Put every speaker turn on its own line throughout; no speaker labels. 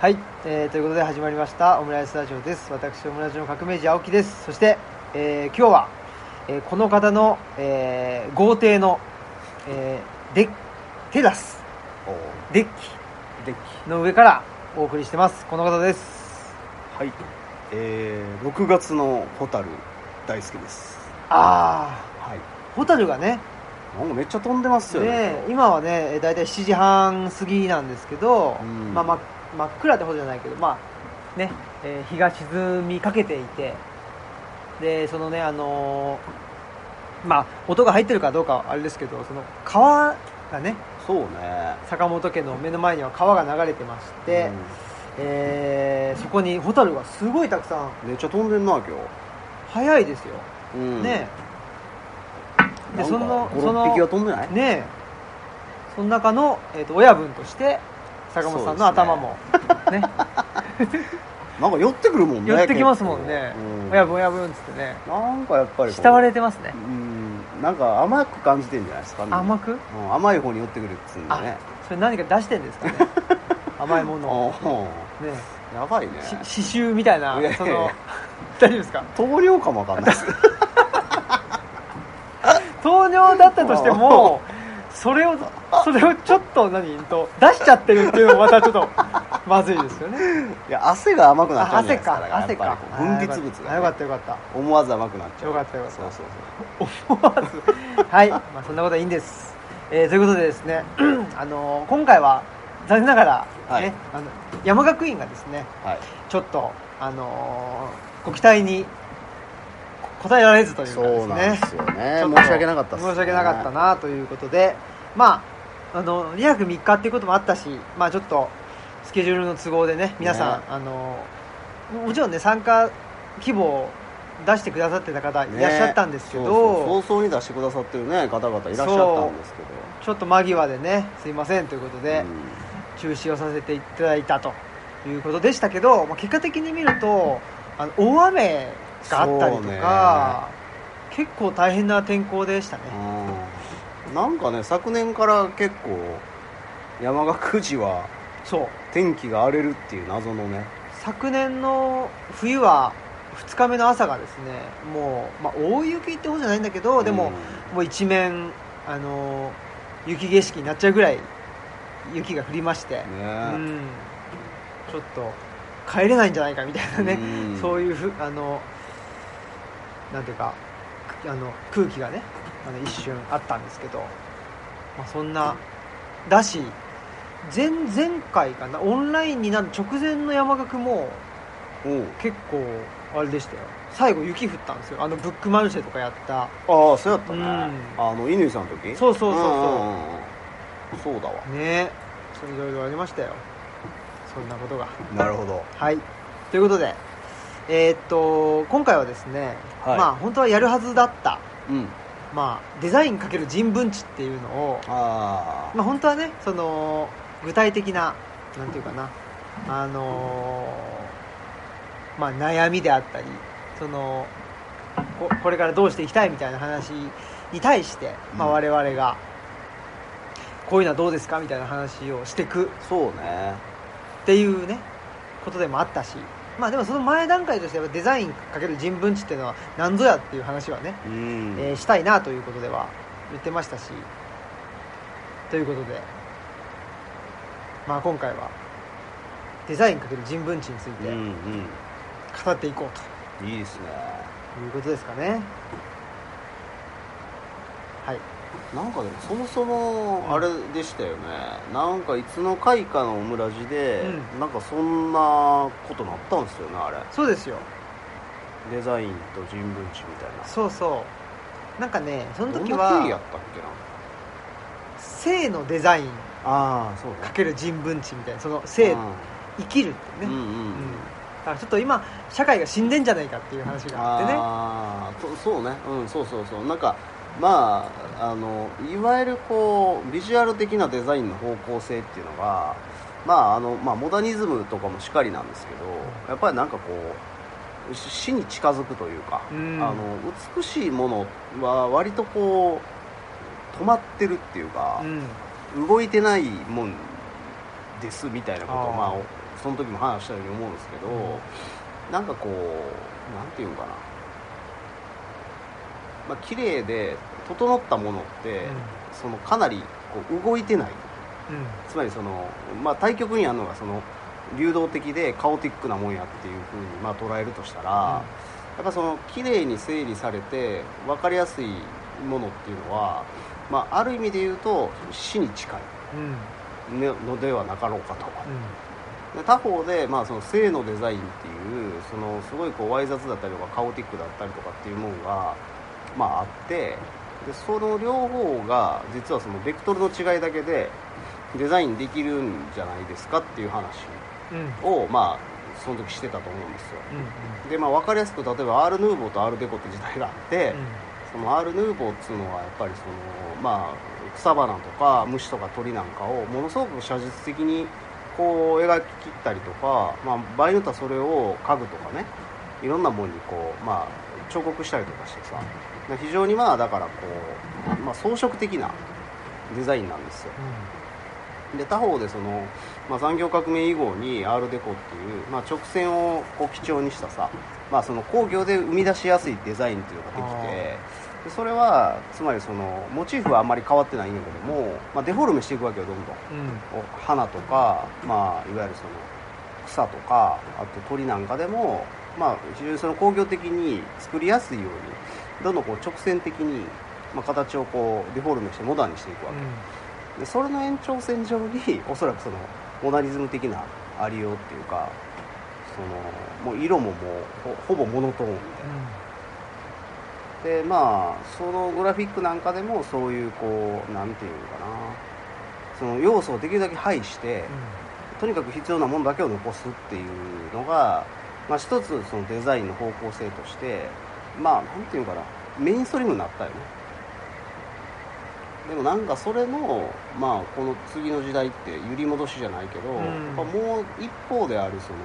はい、えーということで始まりましたオムライスラジオです私オムラジオの革命児青木ですそして、えー今日は、えーこの方の、えー豪邸の、えーデッテラス
お
デッ
デッ
キの上からお送りしてますこの方です
はいえー、6月のホタル大好きです
あ
はい
あホタルがね
なんかめっちゃ飛んでますよね
ね今はねえー大体7時半過ぎなんですけど、
うん
まあ、ま真っ暗ってほどじゃないけど、まあねえー日が沈みかけていてでそのね、あのーまあ、音が入ってるかどうかはあれですけどその川がね
そうね
坂本家の目の前には川が流れてまして、えーそこにホタルがすごいたくさん
うんめっちゃ飛んでんな今日、
早いですよ、
うん
ね
なん
で
か
そのそ
56
の
匹は飛んでない、
ねえその中の、えー、と親分として坂本さんの頭も ね
なんか寄ってくるもんね
寄ってきますもんね
結構うん
親分親分っつってね
なんかやっぱりこう
慕われてますね
うんなんか甘く感じてんじゃないですかみんな
甘く
うん甘い方に寄ってくるっつうんでね
それ何か出してん ですかね甘いものを
う
ね
んやばいね
し刺繍みたいない
やいやいや
その 大丈夫ですか
糖尿かもわかんないです
糖尿だったとして もそれをそれをちょっと何と出しちゃってるっていうのもまたちょっ とまずいですよね
いや汗が甘くなっち
あ
ゃうんじ
汗
ゃないですかだ
から汗
やっ
か
ぱりこう分泌物
あ
が、
よ
ね
か、ったよかった
思わず甘くなっちゃう
よかったよかった
そうそうそう
思わずはい、まあ、そんなことはいいんです、えーということでですね あのー今回は残念ながら、ね
はい
あの山学院がですね
はい
ちょっとあのーご期待に応えられずというか
そうなん
で
ですすよ
ね
ね申し訳なかった
で
っ、
すす、
ね、
申し訳なかったなということでまああの2泊3日っていうこともあったしまあちょっとスケジュールの都合でね皆さん、
ね
あのーもちろんね参加希望を出してくださってた方い
ね
らっしゃったんですけど、
そうそう早々に出してくださってるね方々いらっしゃったんですけど
ちょっと間際でねすいませんということで、
うん
中止をさせていただいたということでしたけど、まあ、結果的に見るとあの大雨があったりとか、結構大変な天候でしたね、
うんなんかね昨年から結構山岳時は
そう
天気が荒れるっていう謎のね
昨年の冬は2日目の朝がですねもう、まあ、大雪ってことじゃないんだけどでも、もう一面あの雪景色になっちゃうぐらい雪が降りまして、
うん
う
ね
ん、ちょっと帰れないんじゃないかみたいなね、
うん
そういうふあのなんていうかくあの空気がねあの一瞬あったんですけど、まあ、そんなだし前前回かなオンラインになる直前の山岳も
うん
結構あれでしたよ最後雪降ったんですよあのブックマルシェとかやった
ああそうやったね、
うん
あの乾さんの時
そうそうそうそうん
んんそうだわ
ねそういろいろありましたよそんなことが。
なるほど
はい。ということで、えーっと、今回はですね、
はい
まあ、本当はやるはずだった、
うん
まあ、デザインかける人文知っていうのを、
あ
まあ、本当はね、その、具体的な、なんていうかな、あのーまあ、悩みであったり、その、ここれからどうしていきたいみたいな話に対して、まあ、
うん
我々が、こういうのはどうですかみたいな話をしていく
あそうね
っていうねことでもあったしまあでもその前段階としてはデザインかける人文知っていうのは何ぞやっていう話はね、
うん
えーしたいなということでは言ってましたしということでまあ今回はデザインかける人文知について
うん
語っていこう
うんいいですね
ということですかね、はい
なんかでもそもそもあれでしたよね、なんかいつの回かのオムラジで、なんかそんなことなったんですよねあれ
そうですよ
デザインと人文知みたいな
そうそうなんかねその
どん
時
な経緯や
は
ったっけな
性のデザイン
ああそう
かける人文知みたいなその性生きるって
う
いう
んう
ね、
んうん、
うんだからちょっと今社会が死んでんじゃないかっていう話があってね
あーそそうねうんそうそうそうなんかまああのいわゆるこうビジュアル的なデザインの方向性っていうのがまああの、まあ、モダニズムとかもしかりなんですけどやっぱりなんかこうし死に近づくというか、
うん
あの美しいものは割とこう止まってるっていうか
う、ん
動いてないもんですみたいなことを
あー
まあその時も話したように思うんですけど、なんかこうなんていうのかなまあ綺麗で整ったものって、
うん
そのかなりこう動いてない
うん
つまりその、まあ、対極にあるのがその流動的でカオティックなもんやっていうふうにまあ捉えるとしたら、やっぱその綺麗に整理されて分かりやすいものっていうのは、まあ、ある意味で言うと死に近い
うんうん
のではなかろうかと。で他方で、まあ、その性のデザインっていうそのすごいこうわい雑だったりとかカオティックだったりとかっていうものが、まあ、あってでその両方が実はそのベクトルの違いだけでデザインできるんじゃないですかっていう話
うんうん
を、まあ、その時してたと思うんですよ
うん
で、まあ、分かりやすく例えばアール・ヌーボーとアール・デコって時代があって、そのアール・ヌーボーっつうのはやっぱりその、まあ、草花とか虫とか鳥なんかをものすごく写実的にこう描き切ったりとか、まあ、場合によってはそれを家具とかねいろんなものにこう、まあ、彫刻したりとかしてさ非常にまあだからこう、まあ、装飾的なデザインなんですよで他方でその、まあ、産業革命以後にアールデコっていう、まあ、直線をこう基調にしたさ、まあ、その工業で生み出しやすいデザインっていうのができてでそれはつまりそのモチーフはあんまり変わってないんだけども、まあ、デフォルメしていくわけよどんどん
うんうん
お花とか、まあ、いわゆるその草とかあと鳥なんかでも、まあ、非常にその工業的に作りやすいようにどんどんこう直線的に、まあ、形をこうデフォルメしてモダンにしていくわけ、でそれの延長線上におそらくそのモダニズム的なありようっていうかそのもう色ももうほほぼモノトーンみたいなでまあそのグラフィックなんかでもそういうこうなんていうのかなその要素をできるだけ排して、とにかく必要なものだけを残すっていうのが、まあ、一つそのデザインの方向性としてまあなんていうのかなメインストリームになったよねでもなんかそれの、まあ、この次の時代って揺り戻しじゃないけど、
うん
やっぱもう一方であるその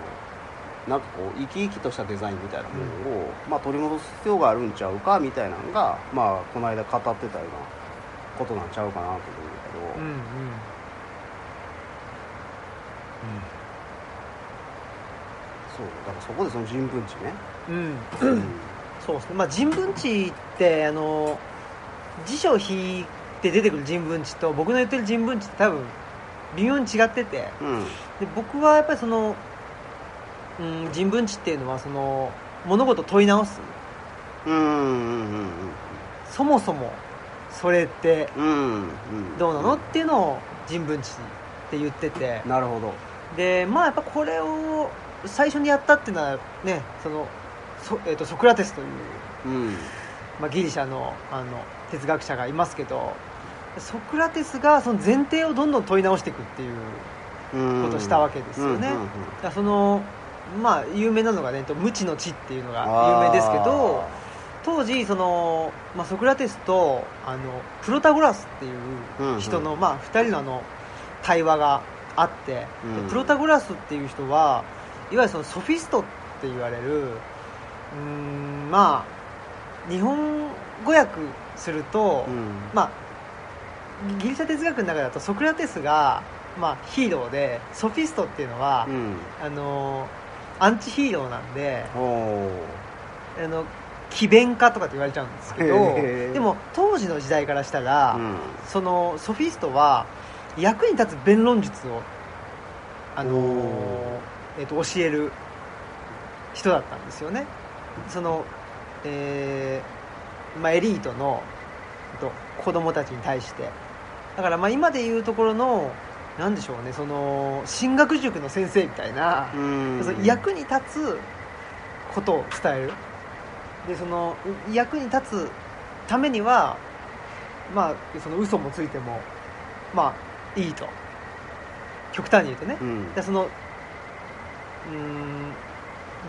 なんかこう生き生きとしたデザインみたいなものを、まあ、取り戻す必要があるんちゃうかみたいなのが、まあ、この間語ってたようなことなんちゃうかなと思うんだけ
う
ど、
んうん
そうだからそこでその人文地ね、
うんうん そうですね、まあ、人文地ってあの辞書を引いて出てくる人文地と僕の言ってる人文地って多分微妙に違ってて
うん
で僕はやっぱりその、うん、人文地っていうのはその物事を問い直す
うん
そもそもそれって
うん
どうなのっていうのを人文地って言ってて
なるほど
でまあやっぱこれを最初にやったっていうのはねそのそ、えー、とソクラテスという、
うん
まあ、ギリシャのあの哲学者がいますけどソクラテスがその前提をどんどん問い直していくっていう
うん
ことをしたわけですよね
うんうんうん
だからそのまあ有名なのがねえっと無知の知っていうのが有名ですけど当時その、まあ、ソクラテスとあのプロタゴラスっていう人の、まあ、2人のあの対話があって、
うん
プロタゴラスっていう人はいわゆるそのソフィストって言われるうーんまあ日本語訳すると、
うん
まあギリシャ哲学の中だとソクラテスが、まあ、ヒーローでソフィストっていうのは、
うん
あのアンチヒーローなんで
おー
あの奇弁家とかって言われちゃうんですけど
へー
でも当時の時代からしたら、
うん
そのソフィストは役に立つ弁論術を、あのー
お
えっと教える人だったんですよね。そのえーまあ、エリートの、えっと、子供たちに対してだからまあ今でいうところのなんでしょうねその進学塾の先生みたいな。
うん
その役に立つことを伝えるでそのう役に立つためにはまあその嘘もついてもまあいいと極端に言うとね、
うん
でそのうーん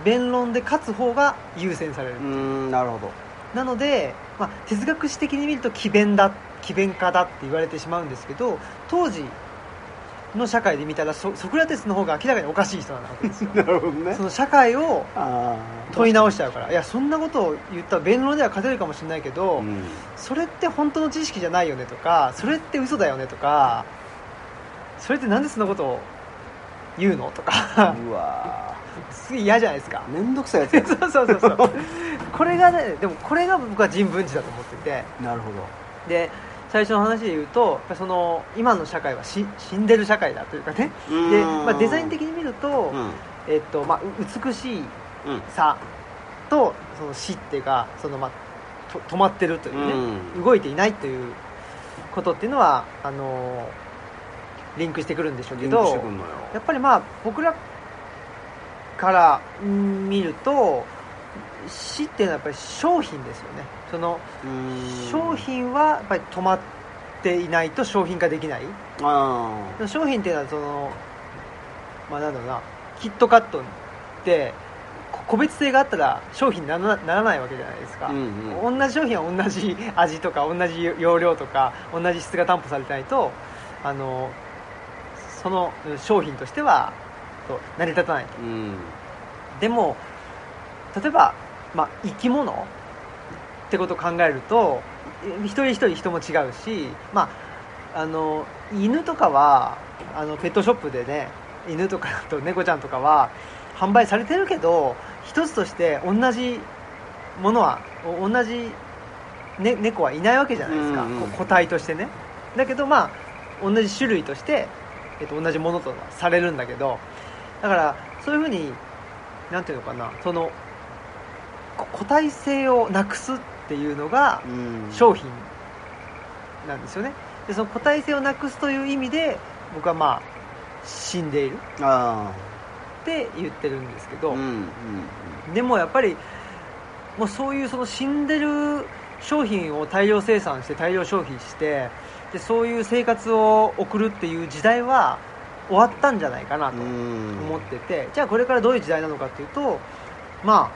弁論で勝つ方が優先される、
うんなるほど
なので、まあ、哲学史的に見ると奇弁だ奇弁家だって言われてしまうんですけど当時の社会で見たらソソクラテスの方が明らかにおかしい人なわけですよ
なるほどね
その社会を
あー
問い直しちゃうからいやそんなことを言ったら弁論では勝てるかもしれないけど、
うん
それって本当の知識じゃないよねとかそれって嘘だよねとかそれってなんでそんなことを言うのとか
うわ
すげえ嫌じゃないですか
ーめんどくさいやつ
そ
や
うそうそうそうこれがねでもこれが僕は人文字だと思ってて
なるほど
で最初の話で言うとやっぱその今の社会はし死んでる社会だというかねで、まあ、デザイン的に見ると、
うん
えっとまあ、う美しい
うん
さとその死っていうかその、まあ、と止まってるというね、
うん
動いていないということっていうのはあのーリンクしてくるんでしょうけ
リンクして
ど
くんのよ
やっぱりまあ僕らからうん見ると死っていうのはやっぱり商品ですよねその
うん
商品はやっぱり止まっていないと商品化できない
あ
でも商品っていうのはそのまあなんだろうなキットカットってこ個別性があったら商品にならなならないわけじゃないですか、
あうんうん
同じ商品は同じ味とか同じ容量とか同じ質が担保されてないとあのそのうん商品としてはそう成り立たないと
うん
でも例えば、まあ、生き物ってことを考えるとい一人一人人も違うし、まあ、あの犬とかはあのペットショップでね犬とかあと猫ちゃんとかは販売されてるけど一つとして同じものはお同じ、ね、猫はいないわけじゃないですか、
うんう
こ
ん
個体としてねだけどまあ同じ種類として、えっと、同じものとされるんだけどだからそういうふうになんていうのかなそのこ個体性をなくすっていうのが
うん
商品なんですよねでその個体性をなくすという意味で僕はまあ死んでいる
あ
って言ってるんですけ
あ
ど、
うんうん
でもやっぱりもうそういうその死んでる商品を大量生産して大量消費してでそういう生活を送るっていう時代は終わったんじゃないかなと
うん
思ってて、じゃあこれからどういう時代なのかっていうとま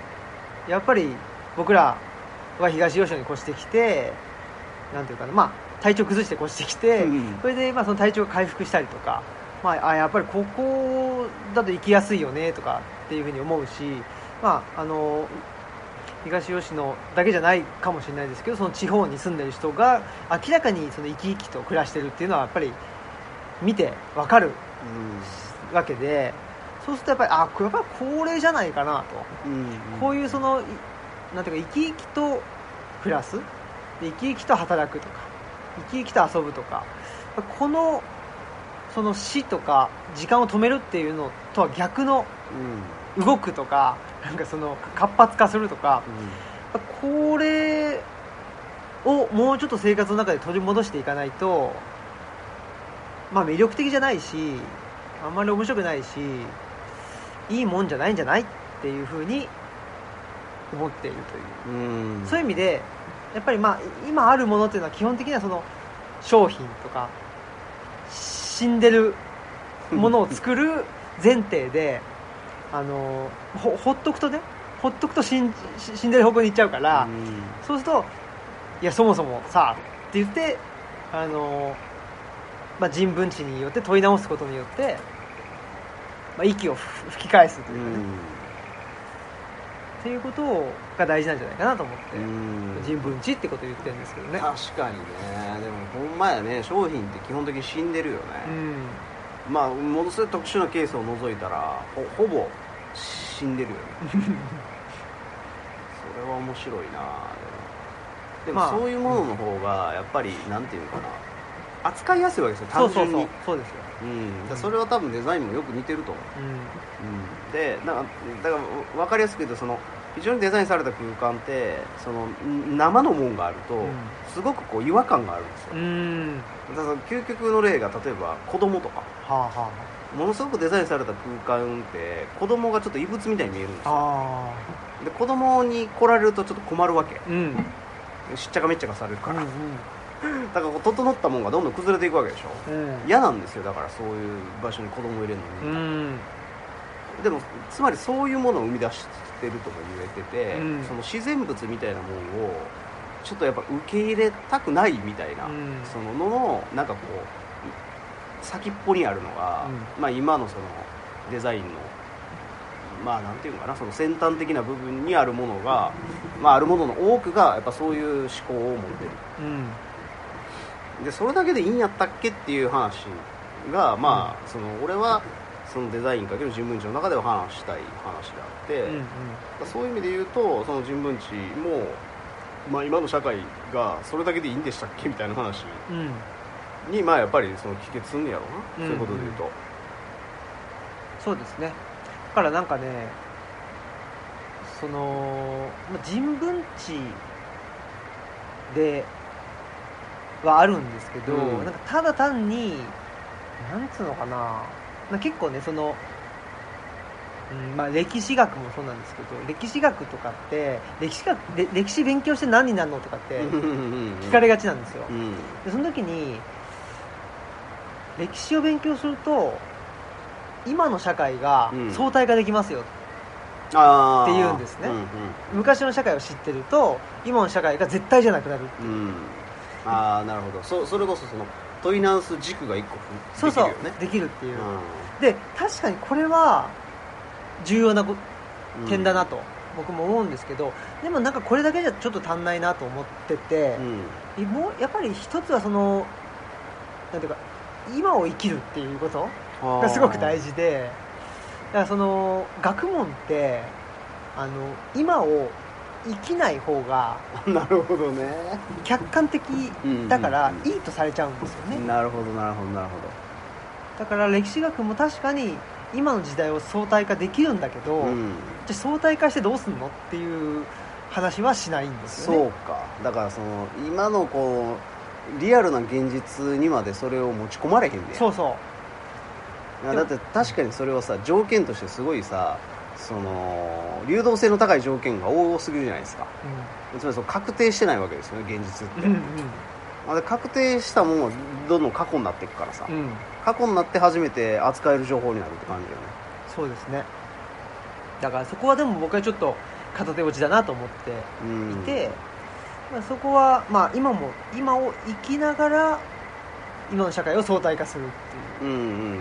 あやっぱり僕らは東吉野に越してきてなんていうかなまあ体調崩して越してきて、
うん
それでまあその体調が回復したりとか、まあ、あやっぱりここだと行きやすいよねとかっていうふうに思うし、まあ、あの東吉野だけじゃないかもしれないですけどその地方に住んでる人が明らかにその生き生きと暮らしてるっていうのはやっぱり見てわかるわけでそうするとやっぱりあこれやっぱり高齢じゃないかなと。
うん
こういうそのいなんていうか生き生きと暮らすで生き生きと働くとか生き生きと遊ぶとかこのその死とか時間を止めるっていうのとは逆の
うん
動くとかなんかその活発化するとかこれをもうちょっと生活の中で取り戻していかないとまあ魅力的じゃないしあんまり面白くないしいいもんじゃないんじゃないっていうふうに思っているという
うんうん
そういう意味でやっぱりまあ今あるものっていうのは基本的にはその商品とか死んでるものを作る前提であのほほっとくとねほっとくと死ん死死んでる方向に行っちゃうから、
うん
そうするといやそもそもさって言ってあの、まあ、人文知によって問い直すことによって、まあ、息をふ吹き返すと
う
いうかね、っ
ん
ていうことが大事なんじゃないかなと思って。
うん
人文知ってこと言ってるんですけどね、
確かにねでもほんまやね商品って基本的に死んでるよね、
うん、
まあものすごい特殊なケースを除いたらほほぼ死んで るよねそれは面白いなでもでも
まあ
そういうものの方がやっぱりなんていうのかな扱いやすいわけですよ
そう
単
そう
純に
そうそうですよ、
うん、だからそれは多分デザインもよく似てると思う、
う
うん、でなんかだから分かりやすく言うとその非常にデザインされた空間ってそのん生のもんがあると、
うん
すごくこう違和感があるんですよ、
ん、うん、
だからその究極の例が例えば子供とか
はあは
ものすごくデザインされた空間って子供がちょっと異物みたいに見えるんです
あ
よ
はあ
で子供に来られるとちょっと困るわけ
あうん
しっちゃかめっちゃかされるから、だ
う
からこう整ったもんがどんどん崩れていくわけでしょ
んうん
嫌なんですよだからそういう場所に子供入れる
う
のに、
ん
でもつまりそういうものを生み出してるとも言えてて、
うん
その自然物みたいなものをちょっとやっぱ受け入れたくないみたいな、
うん
そのののなんかこう先っぽにあるのが、まあ、今のそのデザインのまあなんていうのかなその先端的な部分にあるものが、まあ、あるものの多くがやっぱそういう思考を持ってる
うん
でそれだけでいいんやったっけっていう話がまあ、その俺はそのデザインかける人文地の中では話したい話であって、
うんうん
そういう意味で言うとその人文地も、まあ、今の社会がそれだけでいいんでしたっけみたいな話
うん
に、まあ、やっぱりその帰結すんねやろうな、
うん
そういうことで言うと、
そうですねだからなんかねそのまあ人文地ではあるんですけど、
うん
なんかただ単になんつうのかなな結構ねその、うんまあ、歴史学もそうなんですけど歴史学とかって歴史学で歴史勉強して何になるのとかって聞
聞
かれがちなんですよ、
うん
でその時に歴史を勉強すると今の社会が
うん
相対化できますよ、
あー
って言うんですね
うん
昔の社会を知ってると今の社会が絶対じゃなくなる
うんうんああなるほどそそれこそその問い直す軸が一個ふ
そうそう
できるよね
できるっていう、
う
で確かにこれは重要なこ
んうん
点だなと僕も思うんですけどでもなんかこれだけじゃちょっと足んないなと思ってて
う、ん
もうやっぱり一つはそのなんていうか今を生きるっていうことがすごく大事でだからその学問ってあの今を生きない方が
あーなるほどね
客観的
うん
だから
うん
いいとされちゃうんですよね
なるほどなるほどなるほ
だから歴史学も確かに今の時代を相対化できるんだけど、
ど、うん、
じゃあ相対化してどうすんのっていう話はしないんですよね
そうかだからその今のこうリアルな現実にまでそれを持ち込まれへんねや
そうそう
いやだって確かにそれはさ条件としてすごいさその流動性の高い条件が多すぎるじゃないですかつまりその確定してないわけですよね現実って、
うん、うん
あで確定したもんはどんどん過去になっていくからさ、
うんうん
過去になって初めて扱える情報になるって感じよね
そうですねだからそこはでも僕はちょっと片手落ちだなと思って
うん
いて、まあ、そこは、まあ、今も今を生きながら今の社会を相対化するっていう
うんうんうんうんうん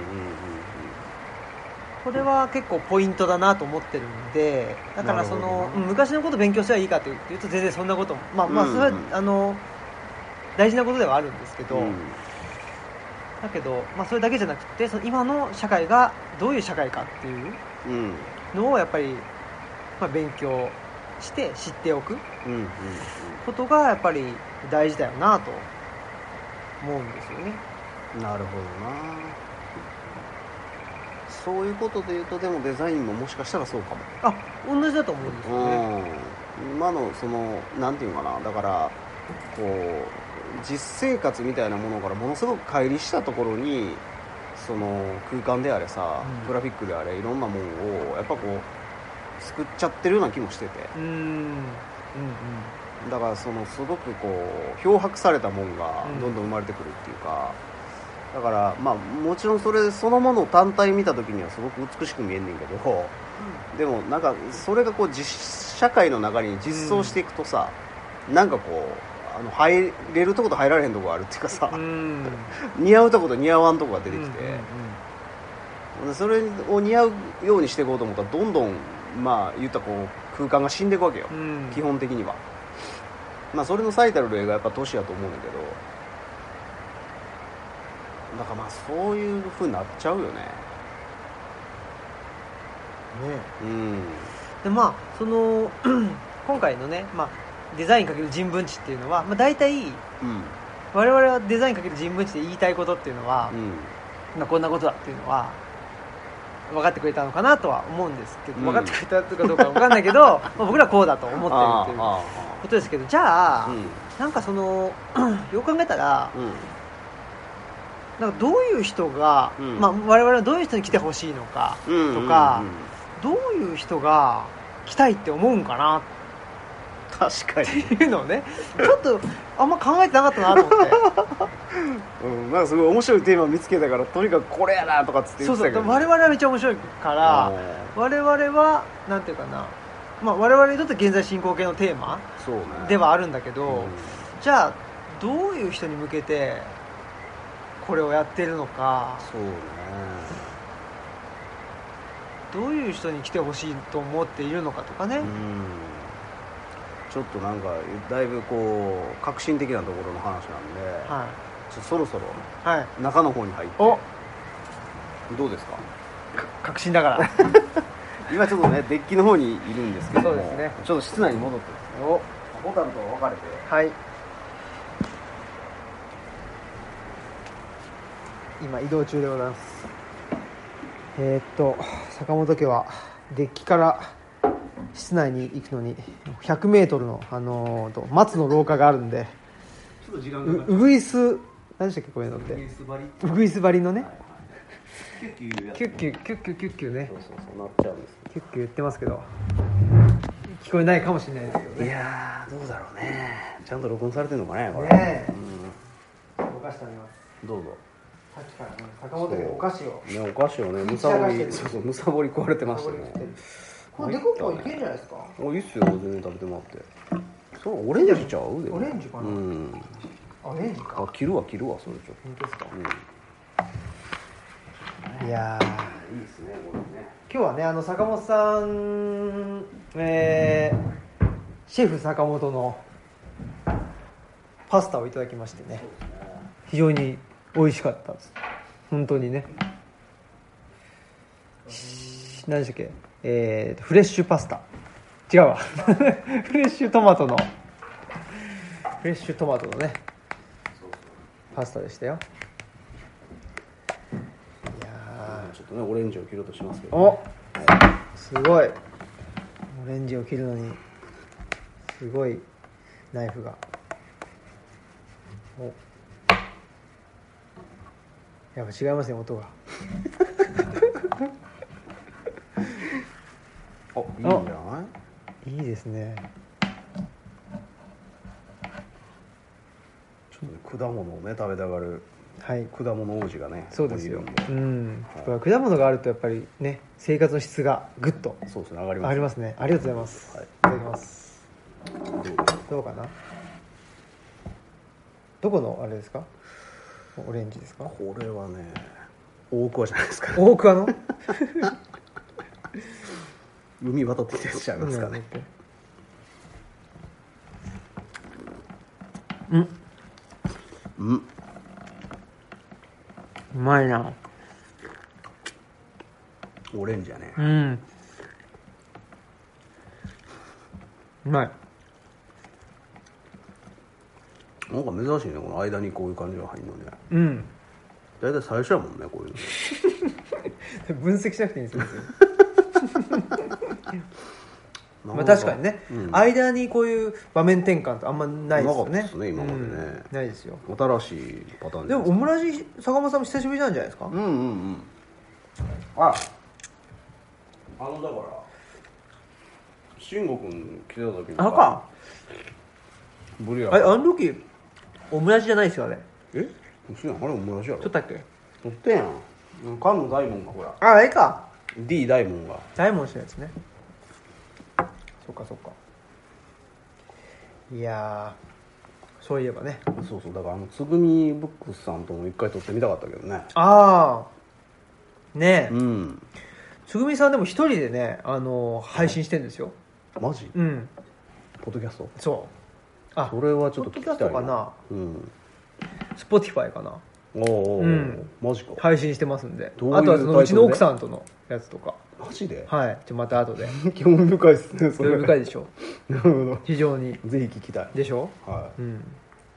これは結構ポイントだなと思ってるんでだからそ
なる
の
ほ、ど
うん昔のこと勉強すればいいかというと全然そんなこともまあまあ
うん
それは、
うん
あの大事なことではあるんですけど、
うん
だけど、まあ、それだけじゃなくてその今の社会がどういう社会かっていう
うん
のをやっぱり、まあ、勉強して知っておく
うんうん
ことがやっぱり大事だよなと思うんですよね。
うんなるほどなそういうことで言うとでもデザインももしかしたらそうかも
あ同じだと思うんですよね。
うん、今のそのなんていうのかなだからこう実生活みたいなものからものすごく乖離したところにその空間であれさ、
うん
グラフィックであれいろんなものをやっぱこう作っちゃってるような気もしてて
うんうん
だからそのすごくこう漂白されたもんが
うん
どんどん生まれてくるっていうか、だからまあもちろんそれそのもの単体見た時にはすごく美しく見えんねんけどでもなんかそれがこう実社会の中に実装していくとさ、なんかこうあの入れるとこと入られへんとこあるっていうかさ
う、んうん
似合うとこと似合わんとこが出てきて、
うんうんうん
でそれを似合うようにしていこうと思ったらどんどんまあ言ったらこう空間が死んでいくわけよ、
うん
基本的にはまあそれの最たる例がやっぱ都市やと思うんだけどだからまあそういうふうになっちゃうよね
ね
うん
でまあその 今回のね、まあ、デザインかける人文知っていうのは、まあ、大体
うん
我々はデザインかける人文知で言いたいことっていうのは
う、ん
まあ、こんなことだっていうのは分かってくれたのかなとは思うんですけど
うん
分かってくれたとかどうか分かんないけど、 まあ僕らはこうだと思ってるっていう
あ
ことですけどじゃ
あ
あ、
うん
なんかその よく考えたら
うん
なんかどういう人が、
うん
まあ、我々はどういう人に来てほしいのか
うん
とか
うんうん
どういう人が来たいって思うんかな
確かに、
っていうのをねちょっとあんま考えてなかったなと思 って
うん、なんかすごい面白いテーマ見つけたからとにかくこれやなとかっつって
そ
言っ
う
て
そ
た
う
けど
我々はめっちゃ面白いから我々はなんていうかな、まあ、我々にとって現在進行形のテーマ
うんそうね
ではあるんだけど、
うん
じゃあどういう人に向けてこれをやってるのか
そうね
どういう人に来てほしいと思っているのかとかね、
うんちょっとなんかだいぶこう革新的なところの話なんで、
は
ちょっとそろそろ
いはい
中の方に入って
お
どうですか
確信だから
今ちょっとねデッキの方にいるんですけど
そ
も
うですね
ちょっと室内に戻ってですね
お
ボタルと別れて
はい今移動中でございますえーっと坂本家はデッキから室内に行くのに 100m の、あのーと松の廊下があるんで
ちょっと時間
ううぐいす何でしたっけこういうのっ
う
て
スバリ
うぐいす張りのね
キュッキュ言うやつ
キュッキュキュッキュキュッキュね
そうそうそうなっちゃうんです
キュッキュ言ってますけど聞こえないかもしれないですけど
い
ね
やーどうだろうねちゃんと録音されてるのかねこれ
ねえ
う
お菓子食べます
ん、どうぞ
さっきからね坂本家がお菓子を
ねお菓子をねむ
むさ
さぼ
ぼ
り
り
そうそうむさぼり食われてましたね
これデコポンいけんじゃないですか
おいいっすよ全然食べてもらってそうオレンジちゃうでも
オレンジかな
うん
オレンジか
あ切るわ切るわそれちょっ
本当ですか
とうん
いやー
いいっすねこれね
今日はねあの坂本さんえーシェフ坂本のパスタをいただきましてね非常に美味しかったです本当にねし何でしたっけえーとフレッシュパスタ違うわ フレッシュトマトのフレッシュトマトのねパスタでしたよいやー
ちょっとねオレンジを切ろうとしますけど、
おすごいオレンジを切るのにすごいナイフがおやっぱ違いますね音が
おいいんじゃな
い
い
いですね
ちょっとね果物をね食べたがる
はい
果物王子がね
そうですよ
ここにいる
うん
で
んやっぱ果物があるとやっぱりね生活の質がぐっと
そうですね上がり
上
ます
がりますねありがとうございます、
はい
いただきますどうかなどこのあれですかオレンジですか
これはね大桑じゃないですか
大桑の
海渡ってきたやつちゃいますかね、
うんう
うん
まいな
オレンジやね
うんうまい
なんか珍しいねこの間にこういう感じが入るのね
うん
大体最初やもんねこういうの
分析しなくていいんですよ別 にま
な
あ
かな
確かにね、
うん
間にこういう場面転換ってあんまないですよね
なかったですね今まで
う
ね
んないですよ
新しいパターンじ
で
ゃない
もオムラジ坂本さんも久しぶりなんじゃないですか
うんうんうんああのだから慎吾君来てた時の
あれか
ブリア
あれあの時オムラジじゃないですよあれ
え嘘やんあれ同じやろ
撮ったっけ
撮ってやんうん菅野大門がほら
ああれか
D 大門が
大門氏のやつねそっかそっかいやーそういえばね
そうそうだからあのつぐみブックスさんとも一回撮ってみたかったけどね
ああねえ、
うん
つぐみさんでも一人でねあの配信してんですよ
マジ
うん
ポッドキャスト
そうあ
それはちょっと聞きたい
ポッドキャストかな
うん
スポティファイかな
おうおうおう
うん
マジか、
配信してますんで
どういう
あとはその
タイトルで
うちの奥さんとのやつとか
マジで
はいじゃあまた後 で
興味深いですねそ
興味
れ
深いでしょ
なるほど
非常に
ぜひ聞きたい
でしょ
は
うん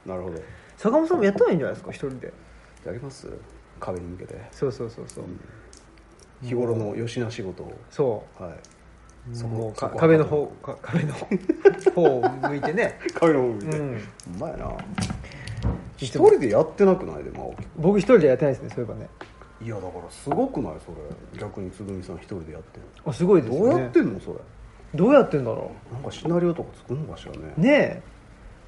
いなるほど
坂本さんもやったらいいんじゃないですか一人で
やります壁に向けて
そうそうそうそう、
日頃の吉な仕事を
そ
は
う
いそ
もう
こ
か
そこ
壁の方か壁の方を向いてね、
壁の方向いて
う
うん
ん、
まやな一
一
人でやってなくないでも青木
僕一人じゃやってないですねそういえばね
いやだからすごくないそれ逆につぐみさん一人でやってる
あすごいですよ
ど
ね
うやってんのそれ
どうやってんだろ
なんかシナリオとか作るのかしらね
うねえ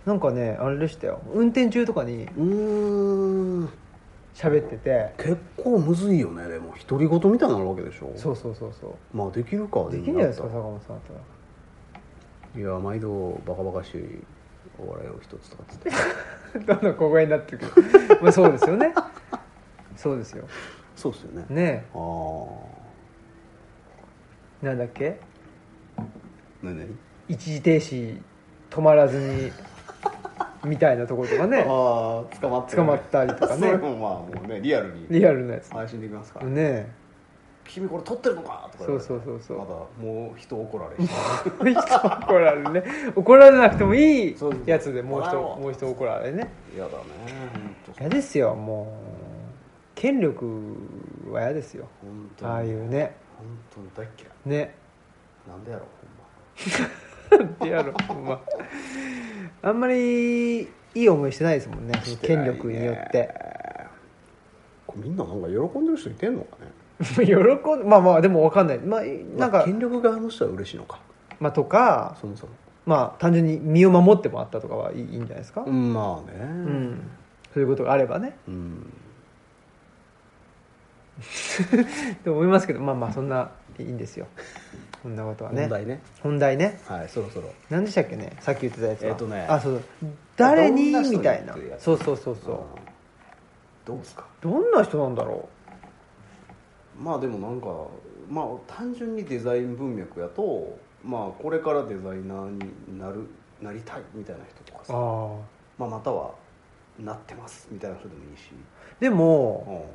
なんかねあれでしたよ運転中とかに
うーん
喋ってて
結構むずいよねでも独り言みたいになるわけでしょ
そうそうそうそう
まあできるか
できるんじゃ
も
ない
や
で
っ
す
た
から坂本さんだったら
いや毎度バカバカしいお笑いを一つとかつって
どんどん小声になってく るまあそうですよね そうですよ
そうっすよね
ね
あ
えなんだっけ
あねね
一時停止止まらずにみたいなところとかね
ああ捕まった
捕まったりとかね
それもまあもうねリアルに
リアルなやつ
配信できますから、
ね
君これ撮ってるのか?」とか言われて
そうそうそうそう
まだもう人怒られ る
怒られるね怒られなくてもいい
そうそう
やつでもう
あ
人
ら
もう人怒られるね
嫌だね本当
嫌ですよもう権力は嫌ですよ
本当に
ああいうね
本当に大っ嫌い
ね
なんでやろうほんま
って やろほんまあんまりいい思いしてないですもんねその権力によって
これみんななんか喜んでる人いてんのかね
喜んまあまあでも分かんないまあ
な
なんん
か
か
権力側の人は嬉しいのか
まあとか
そもそも
まあ単純に身を守ってもらったとかはいいいいんじゃないですか
うんまあね
うん、そういうことがあればね
うん
って思いますけどまあまあそんないいんですよそんなことはね
問題ね
本題ね
はいそろそろ
何でしたっけねさっき言ってたやつは
えっとね
あそうそう誰に
どんな人に
みたいな
っていうやつ
そうそうそうそう
うんどうですか
どんな人なんだろ
まあでもなんかまあ単純にデザイン文脈やとまあこれからデザイナーになるなりたいみたいな人とか
う
さ
あ
まあ、またはなってますみたいな人でもいいし、
あでも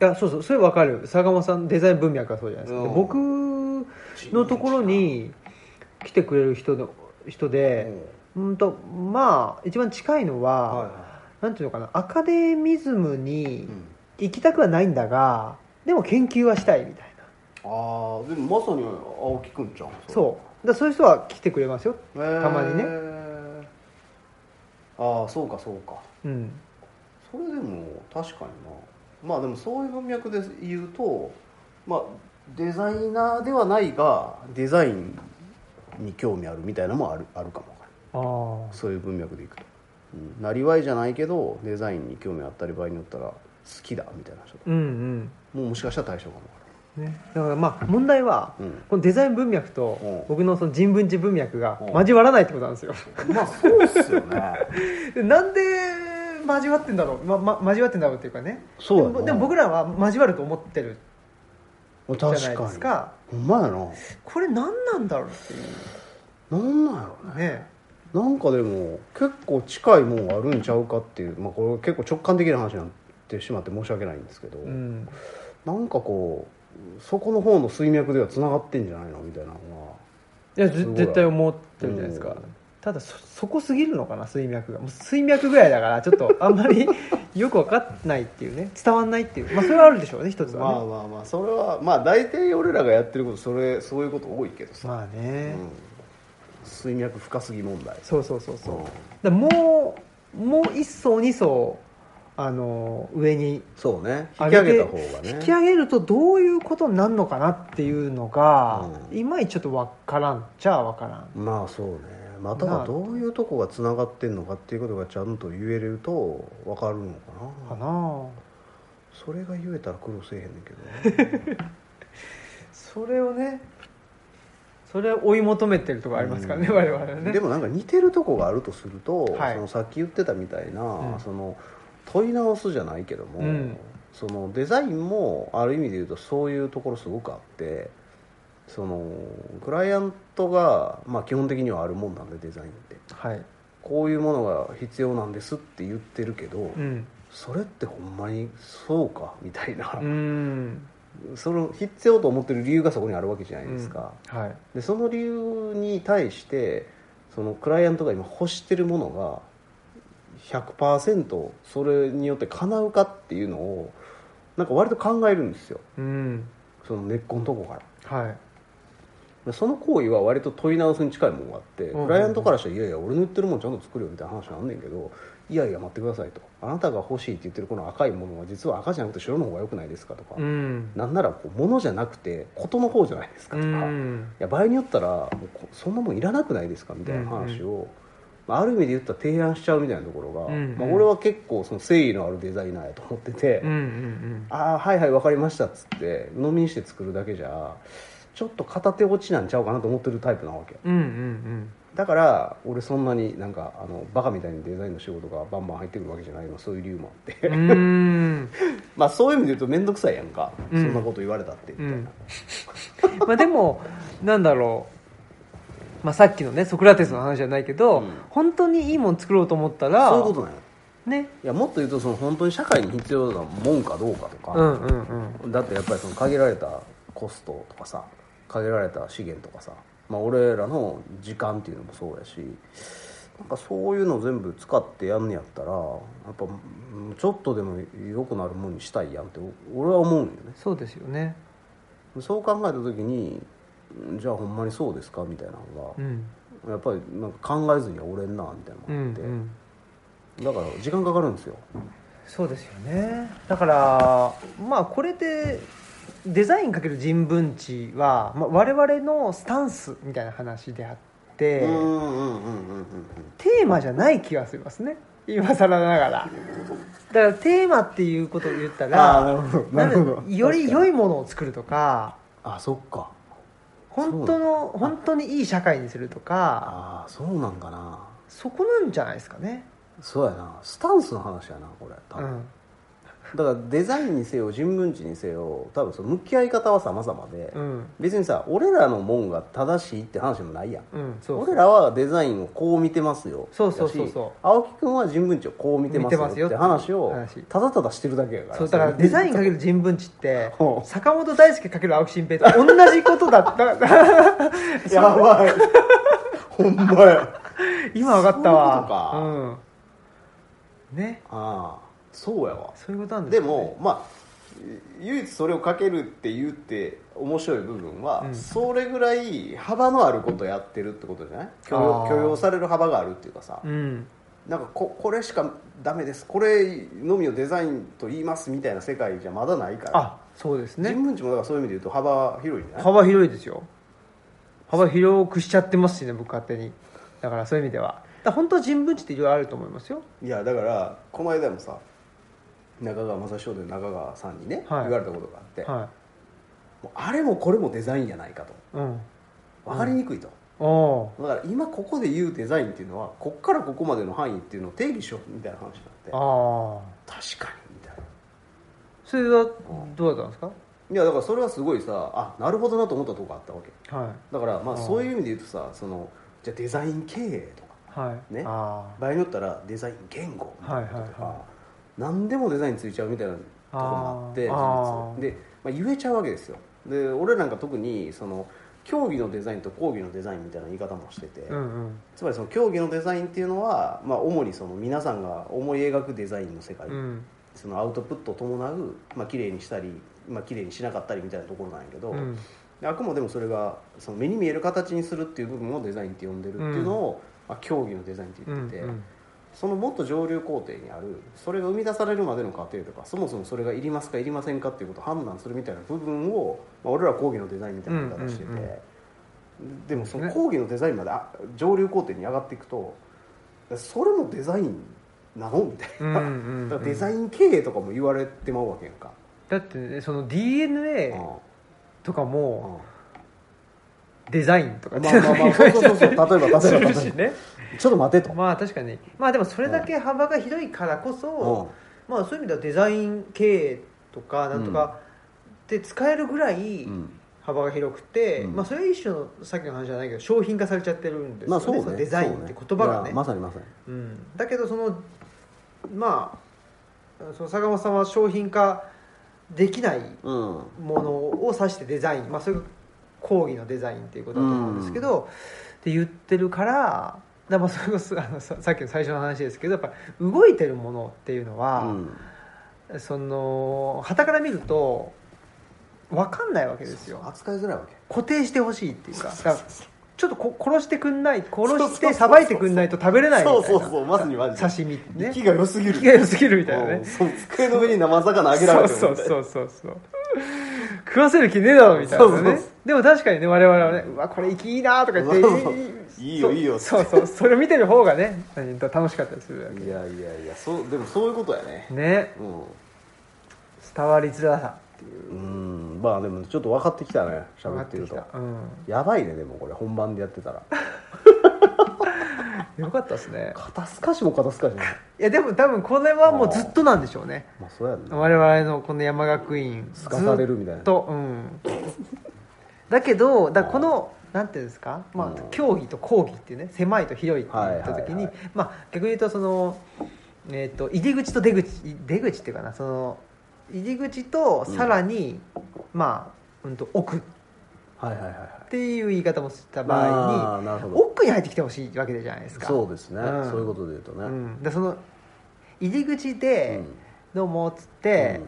いやそうそうそれ分かる坂本さんデザイン文脈はそうじゃないですか、で
うん
僕のところに来てくれる人の人で、うん、とまあ一番近いの
うん
は、
は
なんていうのかなアカデミズム
い
に
うん
行きたくはないんだがでも研究はしたいみたいな
ああでもまさに青木くんちゃん
そうだからそういう人は来てくれますよ、
うた
たまにね
ああそうかそうか
うん、
それでも確かになまあでもそういう文脈で言うとまあデザイナーではないがデザインに興味あるみたいなのもあるあるかもわかんない
ああ
そういう文脈でいくと、うん、なりわいじゃないけどデザインに興味あったり場合によったら好きだみたいな人
うんうん
もうもしかしたら対象かもわか
ね、だからまあ問題は、
うん
このデザイン文脈
うん
と僕のその人文字文脈が
うん
交わらないってことなんですよ、
らんまあそうっすよね
でなんで交わってんだろう、まま、交わってんだろうっていうかね
そうだ
で
な
もでも僕らは交わると思ってる
確
じゃな
かに
いですか
ほんまやな
これ何なんだろうってい
なんなんやろ
うね
なんかでも結構近いもんあるんちゃうかっていう、まあ、これ結構直感的な話になってしまって申し訳ないんですけど、
うん
なんかこうそこの方の水脈ではつながってんじゃないのみたいなのはい
や
すご
ぜ
い
絶対思ってるじゃないですか、
うん
ただそそこすぎるのかな水脈がもう水脈ぐらいだからちょっ とあんまりよく分かんないっていうね伝わんないっていうまあそれはあるでしょうね一つ
ま
は
あ
ね
まあまあそれはまあ大体俺らがやってることそれそういうこと多いけどさ、
まあ
う
ね、
ん、水脈深すぎ問題
そうそうそうそう、
うん
だからもうもう一層二層あの上に
そうね引き
上
上
げて
げた方がね
引き上げるとどういうことになるのかなっていうのが、
うん
いまいちちょっと分からんじゃあ分からん
まあそうねまたはどういうとこがつながってんのかっていうことがちゃんと言えると分かるのかな
かな
それが言えたら苦労せえへんねんけど
それをねそれを追い求めてると ころありますからね、
うん
我々はね
でもなんか似てるとこがあるとすると、
はい
そのさっき言ってたみたいな、
うん
その問い直すじゃないけども、
うん
そのデザインもある意味で言うとそういうところすごくあってそのクライアントが、まあ、基本的にはあるもんなんでデザインって
はい
こういうものが必要なんですって言ってるけど、
うん
それってほんまにそうかみたいな、
うん
その必要と思ってる理由がそこにあるわけじゃないですか、
はい
でその理由に対してそのクライアントが今欲してるものが100%それによって叶うかっていうのをなんか割と考えるんですよ
うん
その根っこのとこから
はい
でその行為は割と問い直すに近いもんがあって、
うんうん
クライアントからしたら「いやいや俺の言ってるもんちゃんと作るよ」みたいな話なんねんけど「いやいや待ってください」と「あなたが欲しいって言ってるこの赤いものは実は赤じゃなくて白の方が良くないですか」とか、
うん
なんならこう物じゃなくて事の方じゃないですか
う
とか。
ん
いや場合によったらもうこそんなもんいらなくないですかみたいな話を、まあ、ある意味で言ったら提案しちゃうみたいなところが、
うんうん
まあ、俺は結構その誠意のあるデザイナーやと思ってて、
うんうん
ああはいはい分かりましたっつって鵜呑みにして作るだけじゃちょっと片手落ちなんちゃうかなと思ってるタイプなわけ
うんうんうん
だから俺そんなになんかあのバカみたいにデザインの仕事がバンバン入ってくるわけじゃないのそういう理由もあって
うん
まあそういう意味で言うと面倒くさいやんか、
うん
そんなこと言われたってみ
う
たいな、
んまあでもなんだろう、まあ、さっきのねソクラテスの話じゃないけど、
うん
本当にいいもん作ろうと思ったら
そういうことなんや
ね
いやもっと言うとその本当に社会に必要なもんかどうかとか、
うんうんうん
だってやっぱりその限られたコストとかさ限られた資源とかさ、まあ、俺らの時間っていうのもそうやしなんかそういうのを全部使ってやんねやったらやっぱうんちょっとでも良くなるもんにしたいやんってお俺は思うんよね
そうですよね
そう考えた時にうんじゃあほんまにそうですかみたいなの
うん
がやっぱりなんか考えずには折れんなみたい
うん、う
なのがあって、
ん、
だから時間かかるんですよ
そうですよねだからまあこれでデザインかける人文知は、まあ、我々のスタンスみたいな話であって、
うんうんうんうんうん
テーマじゃない気がしますね今更ながらだからテーマっていうことを言った
ああな
ら
るほど
な
なる
る
ほど
より
い
良いものを作るとか
あそっか
本当の本当にいい社会にするとか
ああそうなんかな
そこなんじゃないですかね
そうやなスタンスの話やなこれ多
う
分、
ん
だからデザインにせよ人文知にせよ多分その向き合い方は様々で、
うん
別にさ俺らのもんが正しいって話もないやん
うんそう
俺らはデザインをこう見てますよ
そうそうそう
だし
そう
青木君は人文知をこう見てま
見
す
てますよ
よって話を
話
ただただしてるだけやから
そうだからデザインかける人文知って
ほう
坂本大輔かける青木新平と同じことだった
やばいほん まや
今分かった
そうい
わうんね
ああそうやわ
そういうことなんです
で
かね
もまあ唯一それをかけるって言って面白い部分は、
うん
それぐらい幅のあることやってるってことじゃない許
あ
容
ー
許容される幅があるっていうかさ、
うん
なんかここれしかダメですこれのみをデザインと言いますみたいな世界じゃまだないから、
あそうですね
人文知もだからそういう意味で言うと幅広いんじゃない
幅広いですよ幅広くしちゃってますしね僕勝手にだからそういう意味ではだから本当は人文知っていろいろあると思いますよ
いやだからこの間もさ中川正史郎で中川さんにね、
はい
言われたことがあって、
は
もうあれもこれもデザインじゃないかと
いうん
分かりにくいと。
おお
だから今ここで言うデザインっていうのはこっからここまでの範囲っていうのを定義しようみたいな話に
ー
なって
ああ
確かにみたいな
それはどうだったんです
いやだからそれはすごいさあなるほどなと思ったとこがあったわけ
かはい
だからまあ
うん
そういう意味で言うとさそのじゃあデザイン経営とか
はい
ね
あ
場合によったらデザイン言語みたいなこととか、
はいはいは
何でもデザインついちゃうみたいなとこもあって
あー
事実で、まあ、言えちゃうわけですよで俺なんか特にその競技のデザインと講義のデザインみたいな言い方もしてて、
あうんうん
つまりその競技のデザインっていうのは、まあ、主にその皆さんが思い描くデザインの世界、
うん
そのアウトプットを伴う、まあ綺麗にしたり、まあ綺麗にしなかったりみたいなところなんやけど、
うん
あくまでもそれがその目に見える形にするっていう部分をデザインって呼んでるっていうのを、まあ、競技のデザインって
う
言っ
ん
てて、
うん
そのもっと上流工程にあるそれが生み出されるまでの過程とかそもそもそれがいりますかいりませんかっていうことを判断するみたいな部分を、まあ、俺らは講義のデザインみたいな言い方してて、
うんうん
でもその
ね
講義のデザインまであ上流工程に上がっていくとそれもデザインなのみたい
うん
な、
うんうん
だからデザイン経営とかも言われてまうわけやんか、
だってねその
うん
DNA とか
うん
もデザインとか
まあまあまあそう そうそうそう例えば
す
例えば
る
例
し
え
ね
ばちょっと待てと、
まあ確かにまあでもそれだけ幅が広いからこそ、
うん
まあ、そういう意味ではデザイン経営とかなんとかで使えるぐらい
うん
幅が広くて、
うん
まあ、それは一種のさっきの話じゃないけど商品化されちゃってるんですよね,、
まあそうね
のデザインって言葉が
い
ね
やまさにまさに
うん、だけどそのまあその坂本さんは商品化できない
うん
ものを指してデザイン、まあ、それが講義のデザインっていうことだと思うんですけど、って言ってるからだからまあそれこそあのささっきの最初の話ですけどやっぱ動いてるものっていうのは。
うん
その旗から見ると分かんないわけですよ
扱いづらいわけ
固定してほしいっていうかだからちょっとこ殺してくんない殺
そう
し
そう
てさばいてくんないと食べれないみたい
そう
な
そうそうまさにマジで
刺身ね
息が良すぎる
息が良すぎるみたいな
うん
ね
そう机の上に生魚あげら
そ
れ
う
てる
そうそうそうそう食わせる気ねえだろみたいなね
そうそうそう
でも確かにね我々はねうわこれ息いいなとか言って
そうそういい
そ
よ
う
いいよ
そうそうそれを見てる方がね何か楽しかったりするわ
いやいやいやそうでもそういうことやね
けね
う
伝わりづらさっていうん
うんまあでもちょっと分かってきたね喋ってると
分かってきたうん
やばいねでもこれ本番でやってたら
よかったですね
肩透かしも肩透かしも
いやでも多分これはもうずっとなんでしょうね
まあそうやんな
我々のこの山学院
すかされるみたいな
ずっとうんだけどだこのなんていうんですか、ま
う
あ
ん、
競技と講義っていうね狭いと広いって言った時
はいはい
に、
はい
まあ、逆に言うとその、えー、と入り口と出口い出口っていうかなその入り口とさらに、まあうんと、奥っ
はいはいはいはい
ていう言い方もした場
あーな
合
るほ
に
ど
奥に入ってきてほしいわけじゃないですか
そうですね、
うん
そういうことで言うとね、
うん、でその入り口
う
で
ん
「どうも」っつって、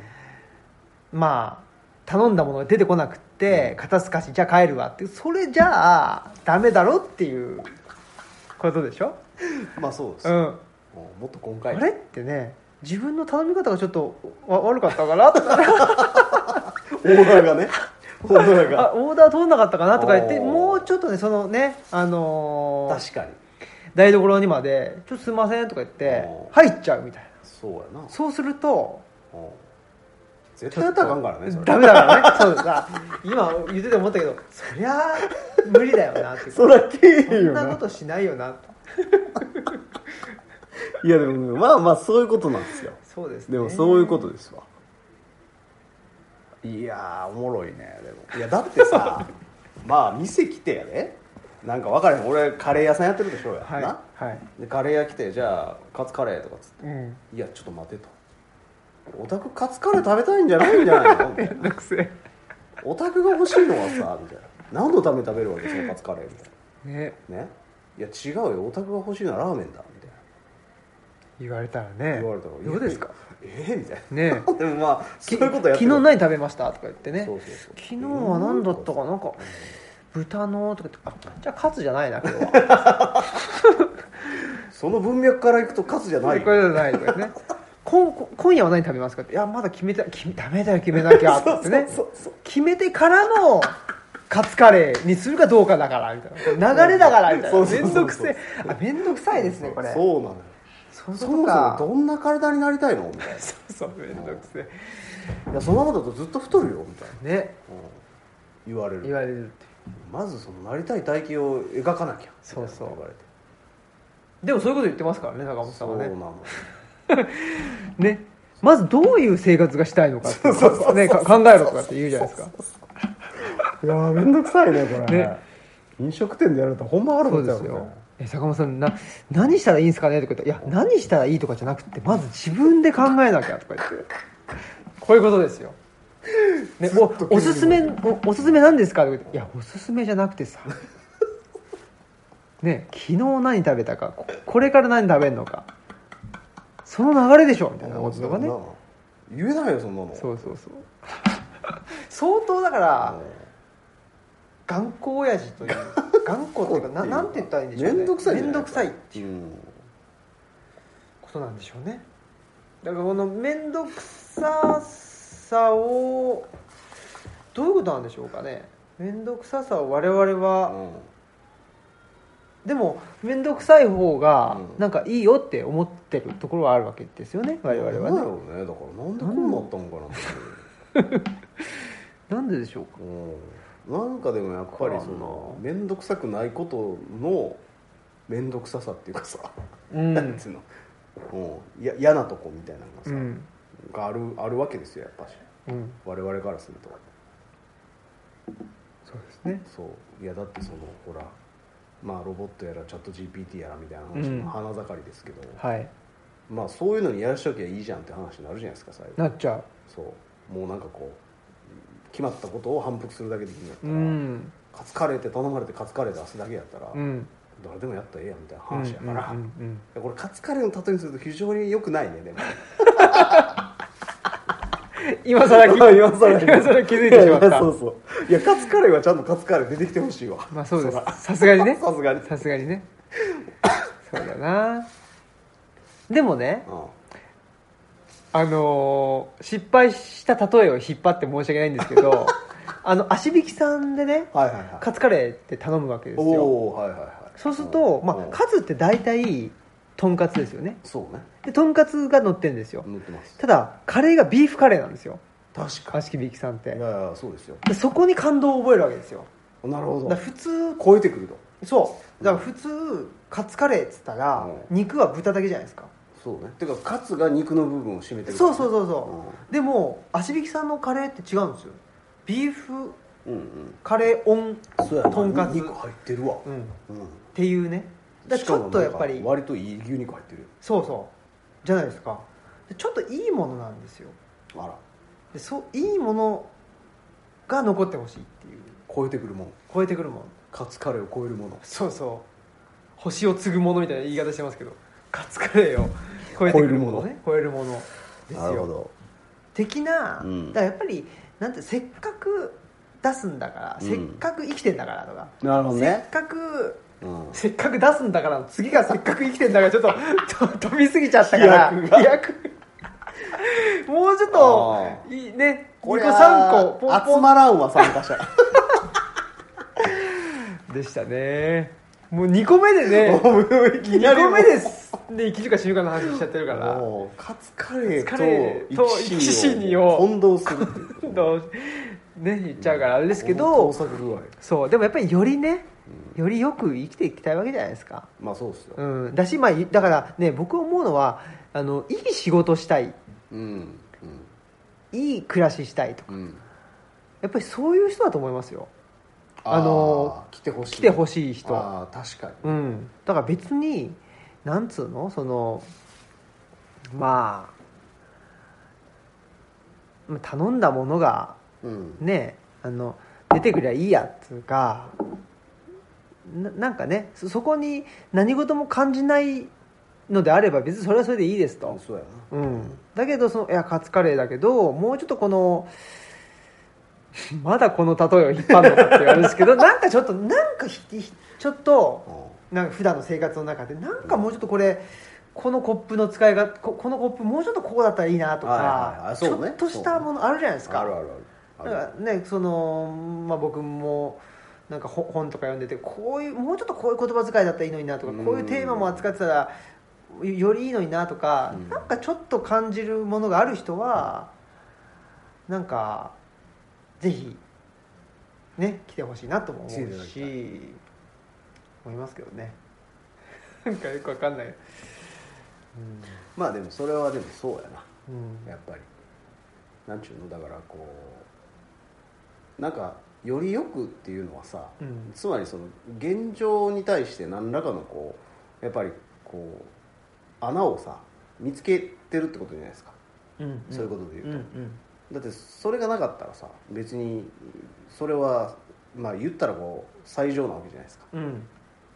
まあ頼んだものが出てこなくって、肩すかしじゃあ帰るわってそれじゃあダメだろっていうことでしょ、
うんまあそうです、
う
も
ん
うもっと今回
あれってね自分の頼み方がちょっとわ悪かったかなとか
オーダーがねオーダー
あ
が
オーダー通んなかったかなとか言って
おー
もうちょっとねそのねあのー
確かに
台所にまで「ちょっとすいません」とか言って
おー
入っちゃうみたいな
そうやな
そうすると
うん絶対やったらあかんからねそれ
ダメだからねそうさ今言ってて思ったけどそりゃ無理だよなって
そら経
そ
営
ん
よ
な
な
ことしないよなと
いやでもねまあまあそういうことなんですよ
そうですね
でもそういうことですわいやーおもろいねでもいやだって さまあ店来てやでなんか分からへん俺カレー屋さんやってるでしょうや、
はい
な
はい
でカレー屋来てじゃあカツカレーとかっつっ
うん
ていやちょっと待てとオタクカツカレー食べたいんじゃないんじゃないのみたい な
めんどくせ
オタクが欲しいのはさみたいな何のために食べるわけそのカツカレーみたい
えね
なねいや違うよオタクが欲しいのはラーメンだみたいな
言われたらね
言われたら
どうですか
ええみたい
ね
なでもまあ そういうことやって
昨日
ない
何食べましたとか言ってね
そうそうそう
昨日は何だったかなんか豚のとか言ってあじゃあカツじゃないな今日 は
その文脈からいくとカツじゃない
これじゃないとか ね今今夜は何食べますかっていやまだ決めた決めダメだよ決めなきゃってね
そうそうそう
決めてからの カツカレーにするかどうかだからみたいなこれ流れだからみたい
そ
な
うそう
面
そう
倒くせえあ面倒くさいですねこれ
そうなのよ
そう
そ
そ
も
うか
そもどんな体になりたいのみたいな
そうそう面倒くせ
いやそのままだとずっと太るよみたいな、
えね
うん言われ
言
る
われるって
まずそのなりたい体型を描かなきゃ
そうそう
みたいなこと言われて
でもそういうこと言ってますからね坂本さ
そ
ん
うな
はね
の
ねまずどういう生活がしたいのかってねか考えろとかって言うじゃないですか
いやーめんどくさいねこれ
ね
飲食店でやるとほんまある
そうん
だ
で
よ
す
ね
よえ坂本さんな何したらいいんですかねとか言ったら「いや何したらいいとかじゃなくてまず自分で考えなきゃ」とか言ってこういうことですよ、ね、おおすすめおおすすめなんですかとか言って「いやおすすめじゃなくてさね昨日何食べたかここれから何食べるのかその流れでしょ」みたいなこととかね
言えないよそんなの
そうそうそう相当だから頑固親父という頑固っていうかななんて言ったらいいんでしょうね
めんどくさいんじゃ
め
な
ど
んい
くさい
うん
ことなんでしょうねだからこの面倒くささをどういうことなんでしょうかね面倒くささを我々
う
は、
ん
でも面倒くさい方が
うん
なんかいいよって思ってるところはあるわけですよね我々は
なんだ
ね
ろうねだからなんでこうなったのかなって
なんででしょうか
うんなんかでもやっぱりその面倒くさくないことの面倒くささっていうかさ、
う
なん
ん
つうの、うん、や嫌なとこみたいなのが
う
さ、
ん
があるあるわけですよやっぱし
うん
我々からすると
そうですね
そういやだってそのほらまあロボットやらチャット GPT やらみたいな話
うん
も花盛りですけど、
はい
まあそういうのにやらしときゃいいじゃんって話になるじゃないですか最後
なっちゃ
そうもうなんかこう決まったことを反復するだけできるんだった
うう
ら、
ん
カツカレーって頼まれてカツカレー出すだけやったら、
うん
誰でもやったらええやんみたいな話やから、
うん
い
うん
やこれカツカレーの例えにすると非常に良くないねでも
うん今さら今
今更
さら気づいてしまっ
いや
た
そうそういやカツカレーはちゃんとカツカレー出てきてほしいわ
まあそうです
そら
さすがにね
さすがに
さすがにねそうだなでもね
う
あのー失敗した例えを引っ張って申し訳ないんですけ どあの足引きさんでね
んはいはいはい
カツカレーって頼むわけですよ
おおはいはいはい
そうすると、まあ、
ん
カツって大体とんかつですよね
そうね
でとんかつが乗ってるんですよ
乗ってます
ただカレーがビーフカレーなんですよ
確か
足引きさんって
いやいやそうですよ
でそこに感動を覚えるわけですよ
なるほ
だ
ど
から普通
超えてくると
そうだから普通カツカレーっつったら
う
肉は豚だけじゃないですか
そうねてかカツが肉の部分を占めてる
そうそう
う
そうそうでも足引きさんのカレーって違うんですよビーフ
うんうん
カレーオン
そうやな
とんかつ
肉入ってるわ
うん、っ
うん
ていうねだからちょっとやっぱ
し
り
かもなんか割といい牛肉入ってるよ
そうそうじゃないですかでちょっといいものなんですよ
あら
でそういいものが残ってほしいっていう
超えてくるもん
超えてくるもん
カツカレーを超えるもの
そうそう星を継ぐものみたいな言い方してますけどカツカレーを超えてくるものね超えるものですよ
なるほど
的な、
うん
だからやっぱりなんてせっかく出すんだから、
うん
せっかく生きてんだからとか、
なるほど
せ
ね
っ、かく
うん、
せっかく出すんだからの次がせっかく生きてんだからちょっとと飛びすぎちゃったから
飛躍が
飛躍もうちょっと
あ
いいね2個
こりゃ
3個ポンポ
集まらんわ参加者
ンでしたねもう2個目でね
いきな
2
り
個
もう
目ですで生きるか死ぬかの話しちゃってるから
もうカツカレ
カツカレ
ー
ー
と
と
生
生
き
き
死
死
に
に
を
を
混同するっていう
どうね言っちゃうからあれですけ
この
ど
盗作具合
そうでもやっぱりよりねよりよく生きていきたいわけじゃないですか、
まあそうですよ
うん、だし、まあ、いだからね僕思うのはあのいい仕事したい
うん
いい暮らししたいとか
うんうん
やっぱりそういう人だと思いますよあの
ー来てほしい
来てほ
い
しい人、
ああ確か
う
に
ん、だから別になんつうのそのまあまあ頼んだものが
うん
ねあの出てくりゃいいやっつうかななんかねそそこに何事も感じないのであれば別にそれはそれでいいですと、
そうやな
うん、だけどそのいやカツカレーだけどもうちょっとこの まだこの例えを引っ張るのかって言われるんですけ どなんかちょっとなんかひひちょっとなんか普段の生活の中でなんかもうちょっとこれこのコップの使いがここのコップもうちょっとこうだったらいいなと
はいはいはい
か
あ
ち
そう
ょ
ね
っとしたものあるじゃないです
あ
か。
るあるあ
だ
る
か
あ
ら
る
ねそのまあ僕もなんかほ本とか読んでてこういうもうちょっとこういう言葉遣いだったらいいのになとか
うん
こういうテーマも扱ってたらよよりいいのになとか、
うん
なんかちょっと感じるものがある人は、なんかぜひね来てほしいなとも思
来ていうただきた
し思いますけどね なんかよくわかんない、
まあでもそれはでもそうやな
うんうん
やっぱりなんちゅうのだからこうなんかよりよくっていうのはさ、
うん
つまりその現状に対して何らかのこうやっぱりこう穴をさ見つけてるってことじゃないですか
うん
そういうことで言うと
んん
だってそれがなかったらさ別にそれはまあ言ったらこう最上なわけじゃないですか
うん、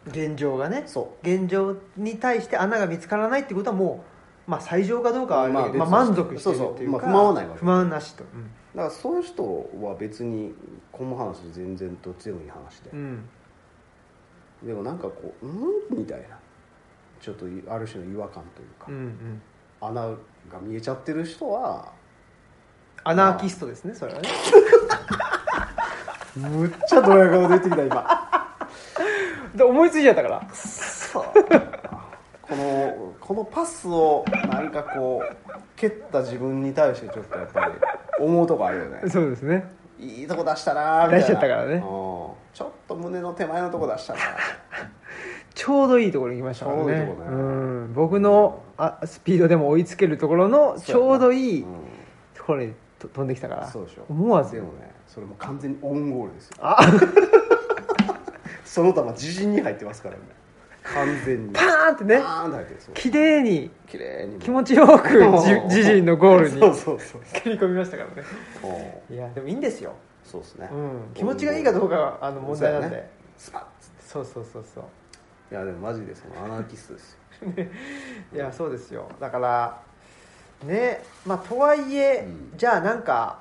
現状がね
そ
現状に対して穴が見つからないってことはもう、まあ、最上かどうかはあるけど、
まあ別
まあ
に
満足してる
そうそう
っていうか
まあ不満はないわけ
不満なしと、うん
うだからその人は別にこの話全然どっちでもいい話で、
うん
でもなんかこう「うん?」みたいなちょっとある種の違和感というか、
うんうん、
穴が見えちゃってる人は
アナーキストですねそれはね
むっちゃドヤ顔出てきた 今
で思いついちゃったから
このこのパスをなんかこう蹴った自分に対してちょっとやっぱり思うとこあるよね
そうですね
いいとこ出したなーみたいな
出しちゃったからね
うんちょっと胸の手前のとこ出したな
ちょうどいいところに来ましたからね
ちょうどいいとこね
うん、僕のあスピードでも追いつけるところの ちょうどいい
うん
ところにと飛んできたから
そうでしょ
思わず
でもねそれもう完全にオウンゴールですよ
あ
その球自陣に入ってますからね完全に
パーンってね
あーンって入ってるそう
綺麗に
綺麗に
気持ちよ くじ
うん
自陣のゴールに
そうそうそう
切り込みましたからね
うん
いやでもいいんですよ、
そうですね、
うん、気持ちがいいかどうかがあの問題なん
そう
で
やねスパッつっ
そう,、そうそうそう
ていやでもマジでそのアナーキストですよ
いやそうですよだからねまあとはいえ、
うん
じゃあなんか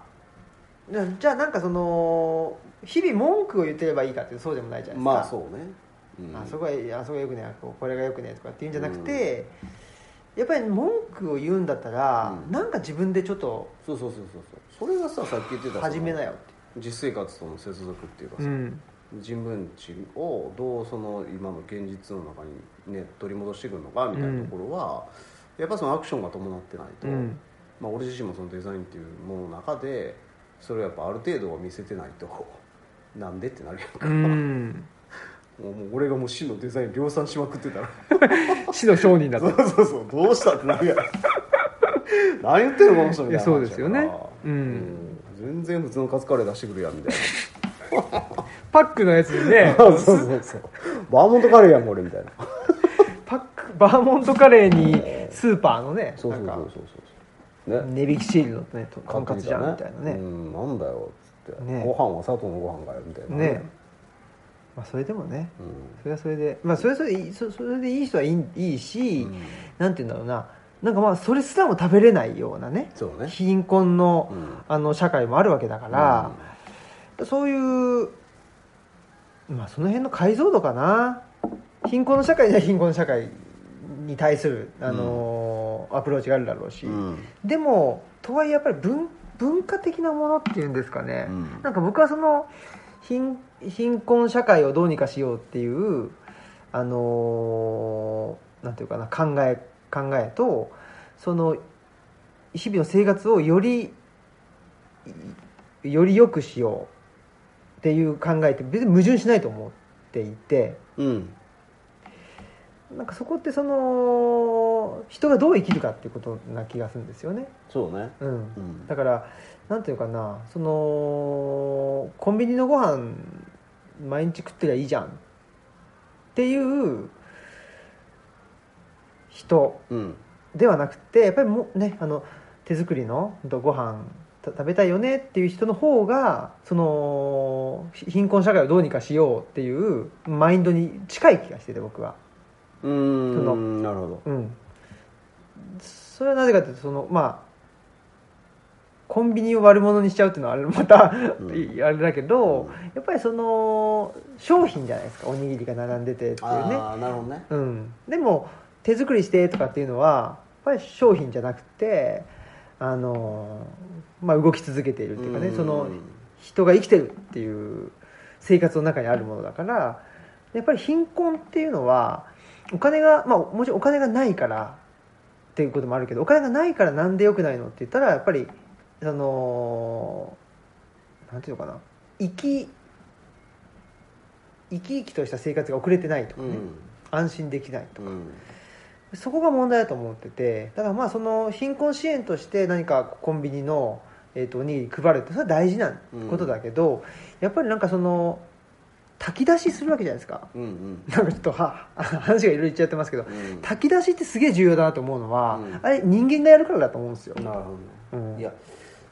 なじゃあなんかその日々文句を言ってればいいかってそうでもないじゃないですか
まあそうね、うん
あそこはいいあそこがよくねあここれがよくねとかっていうんじゃなくて、やっぱり文句を言うんだったら、
うん
なんか自分でちょっと
そうそうそうそうそうそれがささっき言ってたその
始めなよっ
実生活との接続っていうか
て、
さ、
ん、
自分ちをどうその今の現実の中にね取り戻してくるのかみたいなところは、やっぱそのアクションが伴ってないと、
うん
まあ、俺自身もそのデザインっていうものの中でそれをやっぱある程度は見せてないと なんでってなるやんか、
ん
もうもう俺がもう真のデザイン量産しまくっ てたら
死の商人だ
そうそうそうどうしたってなるやん 何言ってんのこの人みたいな話やから
いやそうですよねうん
全然普通のカツカレー出してくるやんみたいな
パックのやつにね
そうそうそう バーモントカレーやんこれみたいな
パックバーモントカレーにスーパーのね
そうそうそうそうそうね
なんか値引きシールのねとと
買
ん
って
か
き
つじゃ
た
んみたいなね
うんなんだよっつっつって、
ね
ご飯は佐藤のご飯かよみたいな
ねまあ、それでもね
うん
それはそれでまあそれはそれでいいそそれでいい人はいいいいし、
うん
なんて言うんだろうななんかまあそれすらも食べれないようなね
そうね
貧困の,、
うん
あの社会もあるわけだから、そういう、まあ、その辺の解像度かな貧困の社会には貧困の社会に対する、あのーアプローチがあるだろうし、
うん
でもとはいえやっぱり文文化的なものっていうんですかね、
うん
なんか僕はその貧貧困社会をどうにかしようっていうあのーなんていうかな考え考えとその日々の生活をよりいより良くしようっていう考えって別に矛盾しないと思っていて
うん
なんかそこってその人がどう生きるかっていうことな気がするんですよね。
そうね
うん
うん
だからなんていうかなそのコンビニのご飯毎日食ってりゃいいじゃんっていう人
うん
ではなくてやっぱりもうねあの手作りのほんとご飯た食べたいよねっていう人の方がそのひ貧困社会をどうにかしようっていうマインドに近い気がしてて僕は。
う
その
んなるほど
うん、それはなぜかというとそのまあコンビニを悪者にしちゃうっていうのはあれまた、
うん
いあれだけど、
うん
やっぱりその商品じゃないですかおにぎりが並んでてっていうね、
ああなるほどね
うん、でも手作りしてとかっていうのはやっぱり商品じゃなくてあの、まあ、動き続けているっていうかね、
うん
その人が生きてるっていう生活の中にあるものだからやっぱり貧困っていうのはお金が、まあ、もちろんお金がないからっていうこともあるけどお金がないからなんでよくないのって言ったらやっぱりそのなんていうのかな生き生き生きとした生活が送れてないとか
う
ね、
ん
安心できないと
うん
そこが問題だと思っててだからまあその貧困支援として何かコンビニの、えー、とおにぎり配るってそれは大事なことだけど、やっぱりなんかその炊き出しするわけじゃないですか
うんうん
なんかちょっとは話がいろいろ言っちゃってますけど
うん
炊き出しってすげえ重要だなと思うのは、
うん
あれ人間がやるからだと思うんですよ、
なるほどね
うん
いや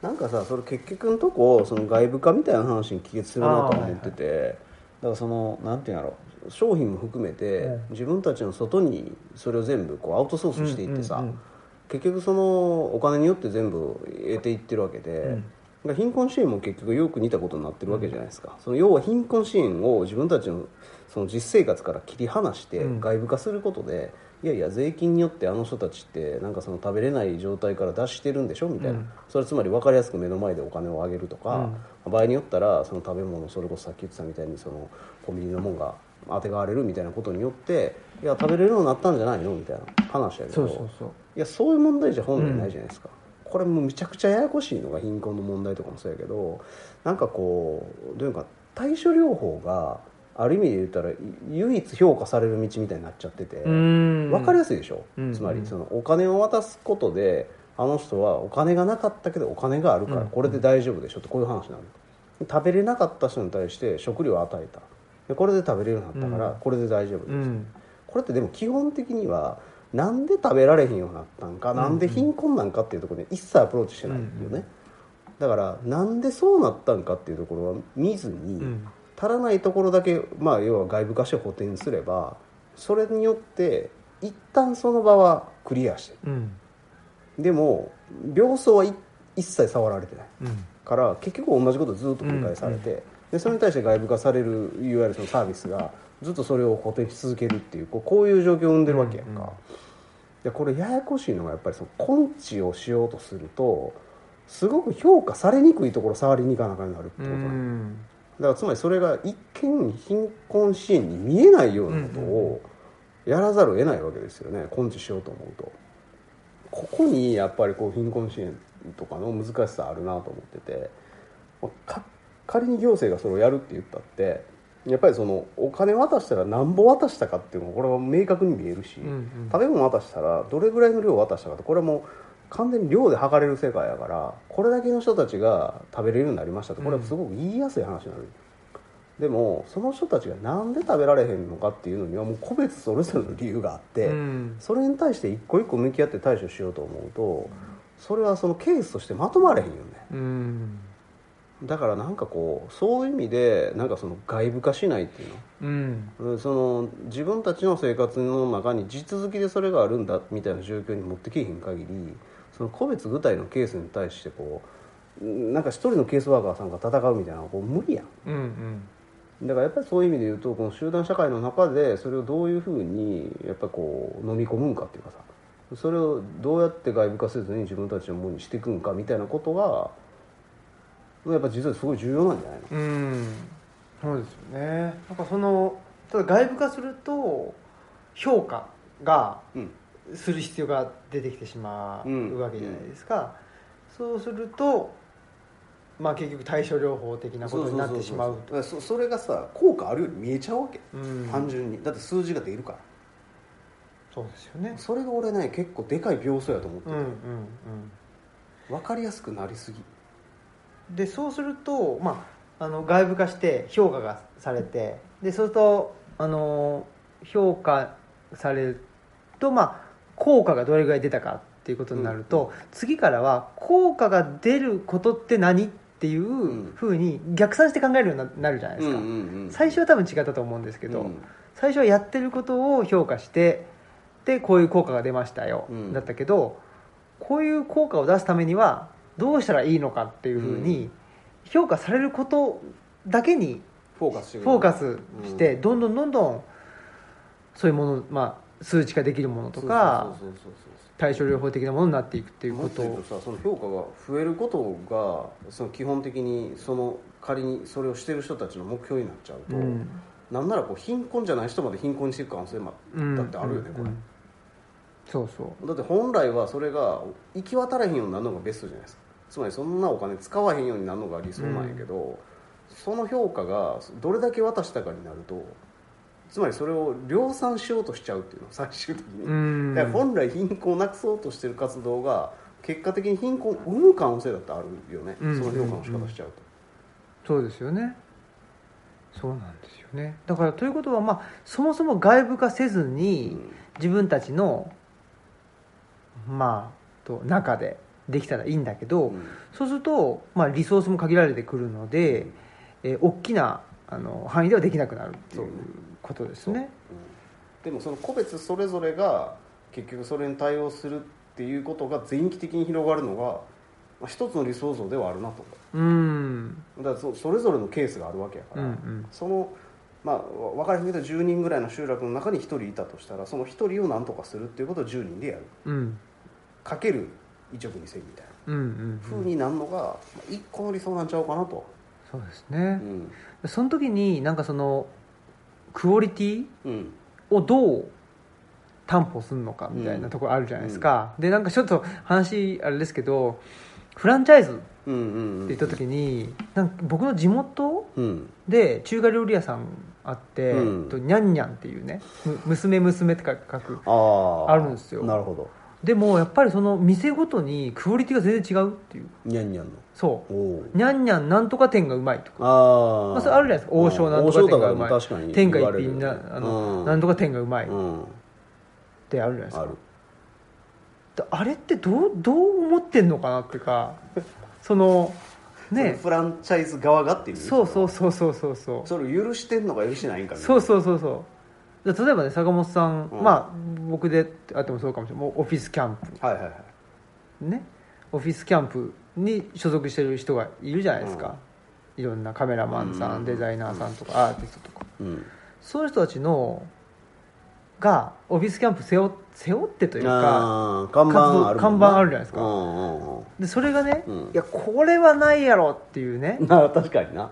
なんかさそれ結局のとこその外部化みたいな話に帰結するなと思ってて、だからそのなんていうんだろう商品も含めて、
うん
自分たちの外にそれを全部こうアウトソースしていってさ、
うんうんうん
結局そのお金によって全部得ていってるわけで、
ん
だから貧困支援も結局よく似たことになってるわけじゃないですか、その要は貧困支援を自分たちのその実生活から切り離して
うん
外部化することで、いやいや税金によってあの人たちってなんかその食べれない状態から脱してるんでしょみたいな、
うん
それはつまり分かりやすく目の前でお金をあげるとか、場合によったらその食べ物それこそさっき言ってたみたいにそのコンビニのもんが当てがわれるみたいなことによっていや食べれるようになったんじゃないのみたいな話やけど
そうそうそう
いやそういう問題じゃ本来ないじゃないですか、これもうめちゃくちゃややこしいのが貧困の問題とかもそうやけどなんかこうどういうか対処療法がある意味で言ったらい唯一評価される道みたいになっちゃってて、わ
うん
分かりやすいでしょ、
うん
つまりそのお金を渡すことであの人はお金がなかったけどお金があるから
うん
これで大丈夫でしょってこういう話になる食べれなかった人に対して食料を与えたでこれで食べれるようになったからこれで大丈夫です、
うん
これってでも基本的にはなんで食べられへんようになったんか、なんで貧困なんかっていうところに一切アプローチしてないよね、
うんうん
だからなんでそうなったんかっていうところは見ずに、
うん
足らないところだけ、まあ、要は外部化して補填すればそれによって一旦その場はクリアして
うん
るでも病巣はい一切触られてない
うん
から結局同じことずっと繰り返されて、でそれに対して外部化されるいわゆるそのサービスがずっとそれを固定し続けるっていうこうこういう状況を生んでるわけやんか、でこれややこしいのがやっぱりその根治をしようとするとすごく評価されにくいところ触りに行かなあかんようになるって
う
ことなんよ
ん
だからつまりそれが一見貧困支援に見えないようなことをやらざるを得ないわけですよね根治しようと思うとここにやっぱりこう貧困支援とかの難しさあるなと思っててまあか仮に行政がそれをやるって言ったってやっぱりそのお金渡したらなんぼ渡したかっていうのもこれは明確に見えるし、
うんうん
食べ物渡したらどれぐらいの量渡したかってこれはもう完全に量で測れる世界やからこれだけの人たちが食べれるようになりましたってこれはすごく言いやすい話になる、でもその人たちがなんで食べられへんのかっていうのにはもう個別それぞれの理由があって、
うん
それに対して一個一個向き合って対処しようと思うとそれはそのケースとしてまとまれへんよね
うん
だからなんかこうそういう意味でなんかその外部化しないっていうの
うん
うんその自分たちの生活の中に地続きでそれがあるんだみたいな状況に持ってけえへん限りその個別具体のケースに対してこううんなんか一人のケースワーカーさんが戦うみたいなのはこう無理やん
うんうん
だからやっぱりそういう意味で言うとこの集団社会の中でそれをどういうふうにやっぱこう飲み込むんかっていうかさそれをどうやって外部化せずに自分たちのものにしていくんかみたいなことがやっぱ実はすごい重要なんじゃないの
うんそうですよねなんかそのただ外部化すると評価が
うん
する必要が出てきてしま
うん
うわけじゃないですか、そうするとまあ結局対症療法的なことになってしまうと
そうそうそうそうそれがさ効果あるように見えちゃうわけ、
うん
単純にだって数字が出るから
そうですよね
それが俺ね結構でかい病巣やと思って
うん
る
うん
分かりやすくなりすぎ
うんでそうすると、まあ、あの外部化して評価がされてでそうするとあの評価されると、まあ、効果がどれぐらい出たかっていうことになると、次からは効果が出ることって何っていうんふうに逆算して考えるようにななるじゃないですか、最初は多分違ったと思うんですけど、
うん
最初はやってることを評価してでこういう効果が出ましたよ、
うん
だったけどこういう効果を出すためにはどうしたらいいのかっていうふう
う
に評価されることだけに
フォーカスしてく
フォーカスしてどんどんどんどんそういうもの、まあ、数値化できるものとか
そうそうそうそうそう
対症療法的なものになっていくっていう
も
こ
っと
と
言う
を
とさその評価が増えることがその基本的にその仮にそれをしてる人たちの目標になっちゃうと、
うん
なんならこう貧困じゃない人まで貧困にしていく可能性も
うん
だってあるよね、
うん
こ
そうそう
れだって本来はそれが行き渡らへんようになるのがベストじゃないですかつまりそんなお金使わへんようになるのが理想なんやけど、その評価がどれだけ渡したかになるとつまりそれを量産しようとしちゃうっていうの最終的に、
うん
だから本来貧困をなくそうとしてる活動が結果的に貧困を生む可能性だってあるよね、
うん
その評価の仕方しちゃうと、
そうですよねそうなんですよねだからということは、まあ、そもそも外部化せずに自分たちのまあと中でできたらいいんだけど、
うん
そうすると、まあ、リソースも限られてくるので、えー大きなあの範囲ではできなくなるってい
そう
う
ね
ことですね
うんでもその個別それぞれが結局それに対応するっていうことが全域的に広がるのが、まあ、一つの理想像ではあるなと
うん
だからそそれぞれのケースがあるわけやか
うんう
ら、
ん
そのまあわ分からへんけど10人ぐらいの集落の中に1人いたとしたらその1人を何とかするっていうことを10人でやる
うん
かける1億2000みたいな
うんうん
風になるのが、まあ、一個の理想なんちゃうかなと、
そうです
う
ね、
ん
その時になんかそのクオリティ
うん、
をどう担保するのかみたいなところあるじゃないですか、でなんかちょっと話あれですけどフランチャイズって
うんうんうん
言った時になんか僕の地元
うん
で中華料理屋さんあって、
うん
えっとにゃんにゃんっていうねむ娘娘って書く
ああ
あるんですよ
なるほど
でもやっぱりその店ごとにクオリティが全然違うっていう
にゃんにゃんの
そ
おお
うにゃんにゃんなんとか店がうまいとか
あ
まあそれあるじゃないですか王将なんとか天下うまい
王将とかでも確かに
天下
言わ
一
れる
品なあの、
うん
なんとか店がうまいっ
うん
てあるじゃないですか
ある
であれってどうどう思ってんのかなっていうかそのね
フランチャイズ側がっていう
そうそうそうそうそうそう
それを許してんのか許してないんかみた
そ
いな
うそうそうそうで例えばね坂本さん、
うん
まあ僕であってもそうかもしれないもうオフィスキャン
はいはいはい
プねオフィスキャンプに所属してる人がいるじゃないですか、いろんなカメラマンさん、
うん
デザイナーさんとか、アーティストとか
うん
そういう人たちのがオフィスキャンプ背負背負ってというか
あー看板あるもんな
看板あるじゃないですか
うんうんうん
でそれがね、
うん
いやこれはないやろっていうね
なあ確かにな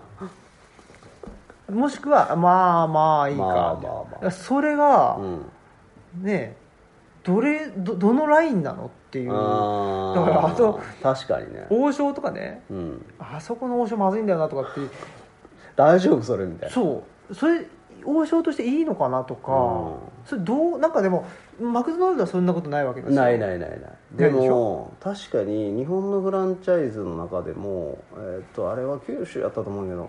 もしくはまあまあいいか、
まあまあまあ
いやそれが、
うん
ねどれどどのラインなのっていう
あー
だからあと
確かにね
王将とかね
うん
あそこの王将まずいんだよなとかっていう
大丈夫それみたいな
そうそれ王将としていいのかなとか、
う
それどうなんかでもマクドナルドはそんなことないわけですよ
ない
い
ないないない
な
で
いでし
も確かに日本のフランチャイズの中でもえーっとあれは九州やったと思うけど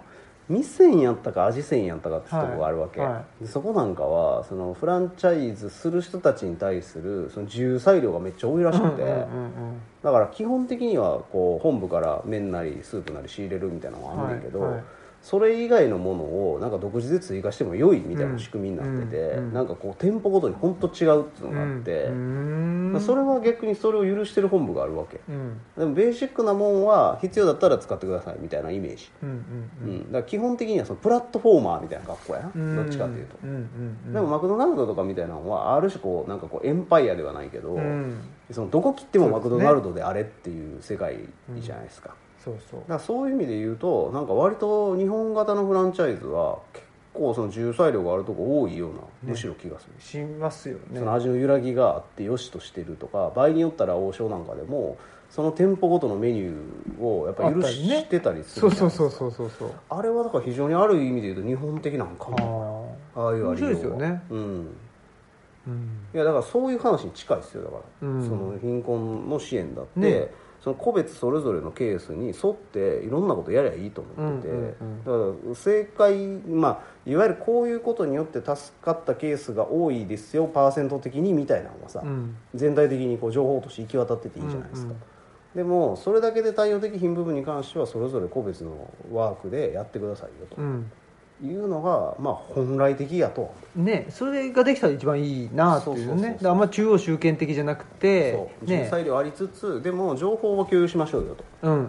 味仙やったか味仙やったかってと
はい
こがあるわけ、
は
でそこなんかはそのフランチャイズする人たちに対するその自由裁量がめっちゃ多いらしくて、
うんうんうんうん
だから基本的にはこう本部から麺なりスープなり仕入れるみたいなのがあんねんけど、
はいはい
それ以外のものをなんか独自で追加しても良いみたいな仕組みになってて、
うんうん
なんかこう店舗ごとに本当違うっていうのがあって、
うんうん
それは逆にそれを許してる本部があるわけ
うん
でもベーシックなもんは必要だったら使ってくださいみたいなイメージ、
うんうん
う
うんん
だから基本的にはそのプラットフォーマーみたいな格好やな、
ん
どっちかっていうと、
んうん
でもマクドナルドとかみたいなのはある種こうなんかこうエンパイアではないけど、
うん
そのどこ切ってもマクドナルドであれっていう世界じゃないですか,、
そうそう
だからそういう意味で言うとなんか割と日本型のフランチャイズは結構その自由裁量があるとこ多いようなむしろ気がする、
しますよね
その味の揺らぎがあってよしとしてるとか場合によったら王将なんかでもその店舗ごとのメニューをやっぱ許してたりす
そ
る
う
じゃな
そ
いうですか
そうそうそうそう
あれはだから非常にある意味で言うと日本的なんか
あ
も
あ
ああいうありよう
面白いですよね
うん
うん
いやだからそういう話に近いですよだから、
うん
その貧困の支援だって、
ね
その個別それぞれのケースに沿っていろんなことやりゃいいと思ってて、
うんうん
だから正解、まあ、いわゆるこういうことによって助かったケースが多いですよパーセント的にみたいなのがさ、
うん
全体的にこう情報として行き渡ってていいじゃないです
う
か、
んうん
でもそれだけで対応的貧部分に関してはそれぞれ個別のワークでやってくださいよ
うん
というのが、まあ、本来的やとは思う
ね、それができたら一番いいなってい
そううそうそう
ね
そう
だからあんま中央集権的じゃなくて
そう自由
ね
裁量ありつつでも情報を共有しましょうよと、
うんう
うん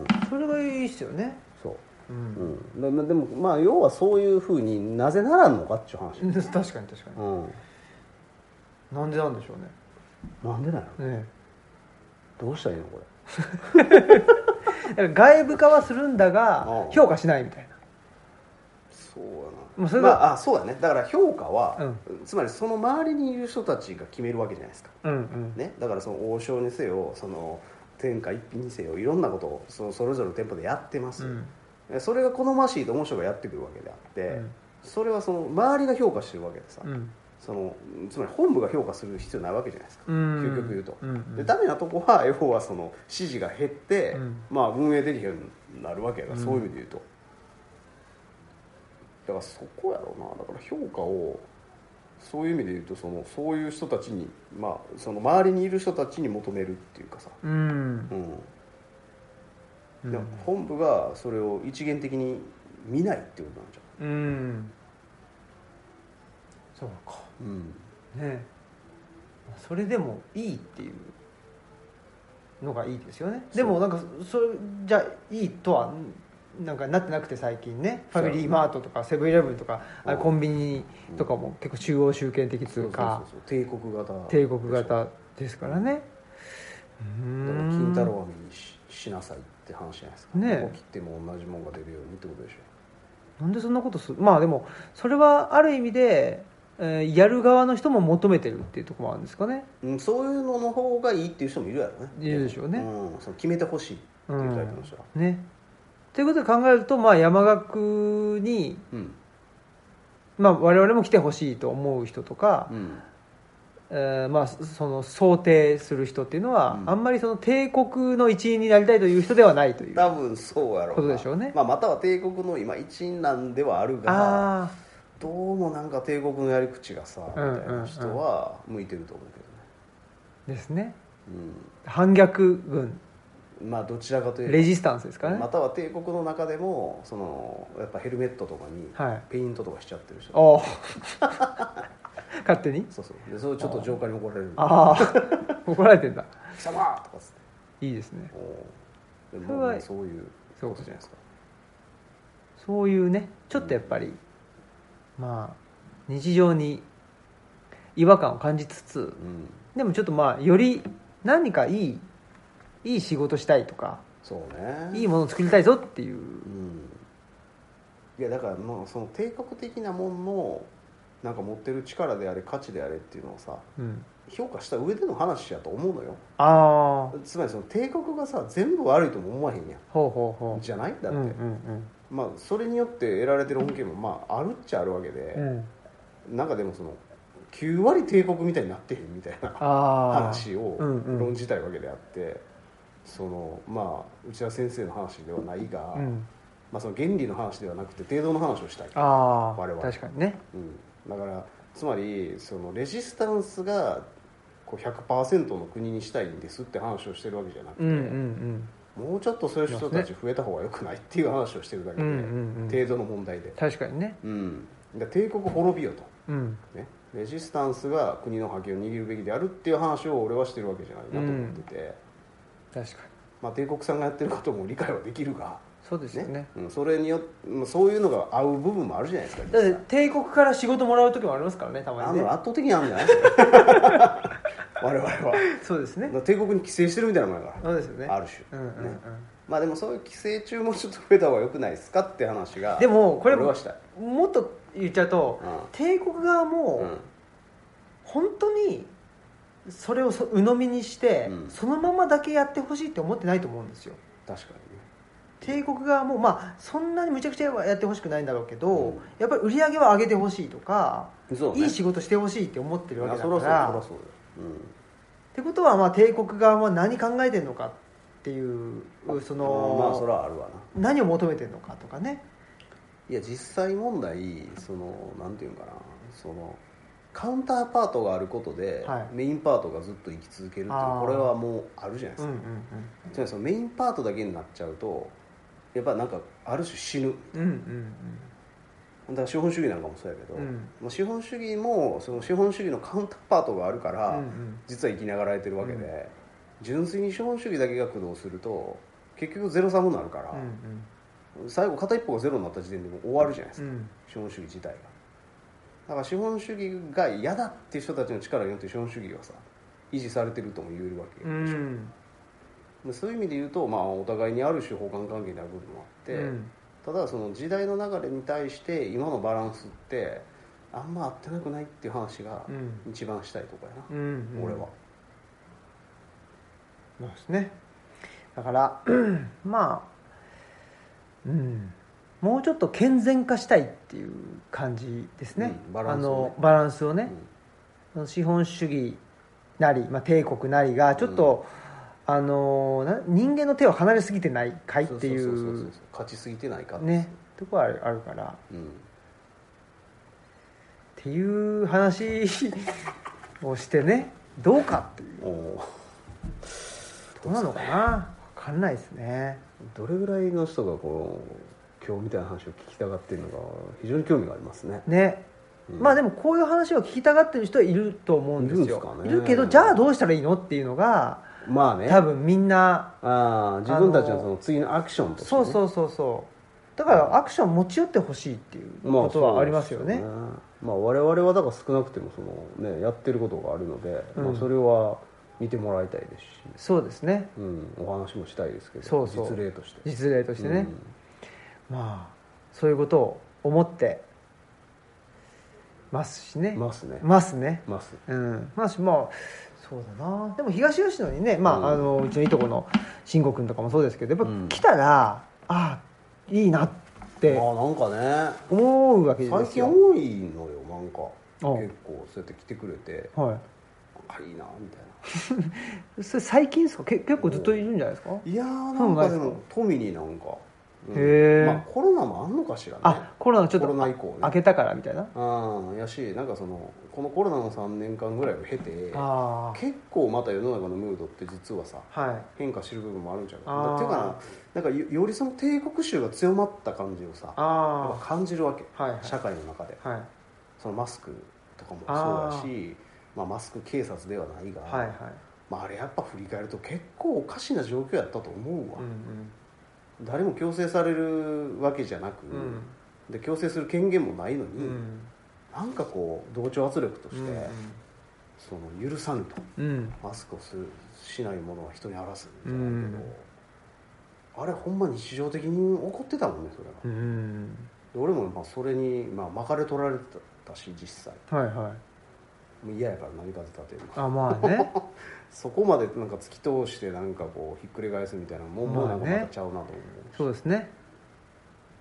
ん、
それがいいっすよね
そうう、
ん
うん、でまでもまあ要はそういうふうになぜならんのかっていう話、
うん確かに確か
うん、
になんでなんでしょ
なんでなの
うねね
どうしたらいいのこれ
だから外部化はするんだが
うん
評価しないみたいな
そう
もうそ
や
れ
な、
が
まあ、あそうやねだから評価は、つまりその周りにいる人たちが決めるわけじゃないですか、
うんうん
ね、だからその王将にせよその天下一品にせよいろんなことをそそれぞれの店舗でやってます、
うん
えそれが好ましいと思う人がやってくるわけであって、
うん
それはその周りが評価してるわけでさ、
うん
そのつまり本部が評価する必要ないわけじゃないですか、
うん
究極言うと、
うんうん
でダメなとこは要はその支持が減って、
うん
まあ運営できるようになるわけだ、
うん
そういう意味で言うとだからそこやろうなだから評価をそういう意味で言うとそのそういう人たちに、まあ、その周りにいる人たちに求めるっていうかさ、
うん
うん
う
で
ん
も本部がそれを一元的に見ないってことな
う
んじ
んそうか
ゃん、うん
ねまあそれでもいいっていうのがいいですよね
そう
でもなんかそれじゃいいとはなんかなってなくて最近ねフ
そう
ァ
やね
ミリーマートとかセブンイレブンとかあれ
うん
コンビニとかも結構中央集権的というか
そうそうそうそう帝国型
帝国型ですからねうー
だから
ん
金太郎飴にししなさいって話じゃないですか
ねえ
どこ切っても同じもんが出るようにってことでし
なんでそんなことするまあでもそれはある意味で、えーやる側の人も求めてるっていうところもあるんですかね
ょ、うん、そういうのの方がいいっていう人もいるやろね
いるでしょうね
うん、その決めてほしいっていうタイプの人は
ねということで考えると、まあ、山岳に、
うん
まあ、我々も来てほしいと思う人とか、
うん
えーまあ、その想定する人っていうのは、
うん
あんまりその帝国の一員になりたいという人ではないという
多分そうやろうな
ことでしょうね
まあ、または帝国の今一員なんではあるが
あ
どうもなんか帝国のやり口がさみ
うんうんうん
たいな人は向いてると思うけ
あですね
どね、
反逆軍
うん、まあどちらかというと
レジスタンスですかね、
または帝国の中でもそのやっぱヘルメットとかに
はい
ペイントとかしちゃってる人、
おう 勝手に
そうそうでそれちょっと上官に怒られる
ああ 怒られてんだ
貴様とかっつって
いいですね
おーで
それ
も
は
もうそういうことじゃないですか
そういうねちょっとやっぱり、まあ日常に違和感を感じつつ、
うん
でもちょっとまあより何かいいいい仕事したいとか
そうね
いいものを作りたいぞっていう
うんいやだからもうその帝国的なもんのなんか持ってる力であれ価値であれっていうのをさ
うん
評価した上での話やと思うのよ
ああ
つまりその帝国がさ全部悪いとも思わへんや
ほうほうほ
ん
う
じゃないだって、
うんうん
まあそれによって得られてる恩恵もまああるっちゃあるわけ
う
で、
んうん
なんかでもその9割帝国みたいになってへんみたいな
ああ
話を
うんうん
論じたいわけであって、そのまあ内田先生の話ではないが、
うん
まあ、その原理の話ではなくて程度の話をしたい、
あ
我々
あ確かにね
うん、だからつまりそのレジスタンスがこう100%の国にしたいんですって話をしてるわけじゃなくて、
うんうん
もうちょっとそういう人たち増えた方がよくないっていう話をしてるだけで、
うんうんうん
程度の問題で
うん、確かにね
うん、で帝国滅びよと、
うん
ね、レジスタンスが国の覇権を握るべきであるっていう話を俺はしてるわけじゃないなと思ってて、
確かに
まあ、帝国さんがやってることも理解はできるが、
そうですよね
うん、それによってまあそういうのが合う部分もあるじゃないです
だ
か
って帝国から仕事もらう時もありますからねたま
あ
に
の
ね
圧倒的にあるんじゃない 我々は
そうですね
帝国に寄生してるみたいなもんやか
そうですよね
らある種、
うんうんうん
ねまあでもそういう寄生虫もちょっと増えた方がよくないですかって話が
でもこれ
俺
も
はしたい、
もっと言っちゃうと、
うん
帝国側も、
うん
本当にそれをそ鵜呑みにして、
うん
そのままだけやってほしいって思ってないと思うんですよ
確かにね
帝国側もまあそんなにむちゃくちゃはやってほしくないんだろうけど、
うん
やっぱり売り上げは上げてほしいとか、
そうね
いい仕事してほしいって思ってるわけ
あ
だ
そ
からら
そうだそらそうだようん
ってことはまあ帝国側は何考えてるのかっていうその、
まあそれはあるわな
何を求めてるのかとかね
いや実際問題そのなんていうんかなそのカウンターパートがあることで、
はい
メインパートがずっと生き続けるっていうの
あ
は
ー
これはもうあるじゃないで
う
す
んう
か、
ん
じゃあそのメインパートだけになっちゃうとやっぱなんかある種死ぬ
うんうんうん
だから資本主義なんかもそうやけど、
うん
もう資本主義もその資本主義のカウンターパートがあるから、
うんうん
実は生きながらえてるわけで、純粋に資本主義だけが駆動すると結局ゼロサムになるから
うんう、ん
最後片一方がゼロになった時点でもう終わるじゃないですか、
うん
資本主義自体がだから資本主義が嫌だっていう人たちの力によって資本主義がさ維持されてるとも言えるわけ
う
よ、
ん
でそういう意味で言うと、まあ、お互いにある種補完関係になる部分もあって、
うん
ただその時代の流れに対して今のバランスってあんま合ってなくないっていう話が
うん
一番したいとこやな、
うんうん
俺は
そうですねだから、 まあ、うん、もうちょっと健全化したいっていう感じですね、
うんバラン
あ
スをね
のバランスを
う
ね
ん、
その資本主義なり、まあ、帝国なりがちょっと、あのな人間の手を離れすぎてないかいってい
そそそそうそ勝ちすぎてないかって
ねとこはあるあるから
うん
っていう話をしてねどうかっていう
おお
どうなのかな分かんないですね
どれぐらいの人がこの今日みたいな話を聞きたがってるのか非常に興味がありますね
ね
うん
まあでもこういう話を聞きたがってる人はいると思うんですよ
いるんですか
い
ね
るけどじゃあどうしたらいいのっていうのが
まあね
多分みんな
ああ自分たちのその次のアクションとして、ね、
そうそうそうそうだからアクション持ち寄ってほしいっていうことはありますよね,、
まあそうですよねまあ、我々はだから少なくてもその、ね、やってることがあるので、
うん
まあ、それは見てもらいたいですし、
そうですね
うん、お話もしたいですけど
そうそう
実例として
実例としてね
う、ん
まあそういうことを思ってますしね
ますね
ますね
ます
うんまあしまあそうだなでも東吉野にね、まあ
うん
あのうちのいとこの慎吾君とかもそうですけどやっ
う
ぱ
ん
来たら、ああいいなっ
ああ
て
なんかね
思うわけですよ
最近多いのよなんか
うん
結構そうやって来てくれて
は
あいいなみたいない
それ最近ですかけ結構ずっといるんじゃないですか
いやー
そ
な
うんなん
か
で
です
か
も富になんか、うん
へー
まあ、コロナもあんのかしらね
あコロナちょっ
コロ
と
ナ以降ね
開けたからみたいな
うんやしなんかそのこのコロナの3年間ぐらいを経て
あ
結構また世の中のムードって実はさ
あはい
変化してる部分もあるんちゃうか
あー
なっていうかななんかよよりその帝国臭が強まった感じをさやっ
あ
ぱ感じるわけ、
はいはい
社会の中で
あはい
そのマスクとかも
あー
そうだしまあ、マスク警察ではないが、
はいはい
まあ、あれやっぱ振り返ると結構おかしな状況やったと思うわ、
うん
誰も強制されるわけじゃなく、
うんうん
で強制する権限もないのに、
うん
なんかこう同調圧力として、その許さぬと
うんうん
マスクをするしないものは人にあらすみたいなけど、
うん
あれほんま日常的に起こってたもんねそれは、
うんうん
で俺もまあそれに、まあ、巻かれ取られてたし実際
はいはい
もう嫌やから何風立てるの
あま あね
そこまでなんか突き通してなんかこうひっくり返すみたいなのもんもうなんかまたちゃうなと思う、
そうですね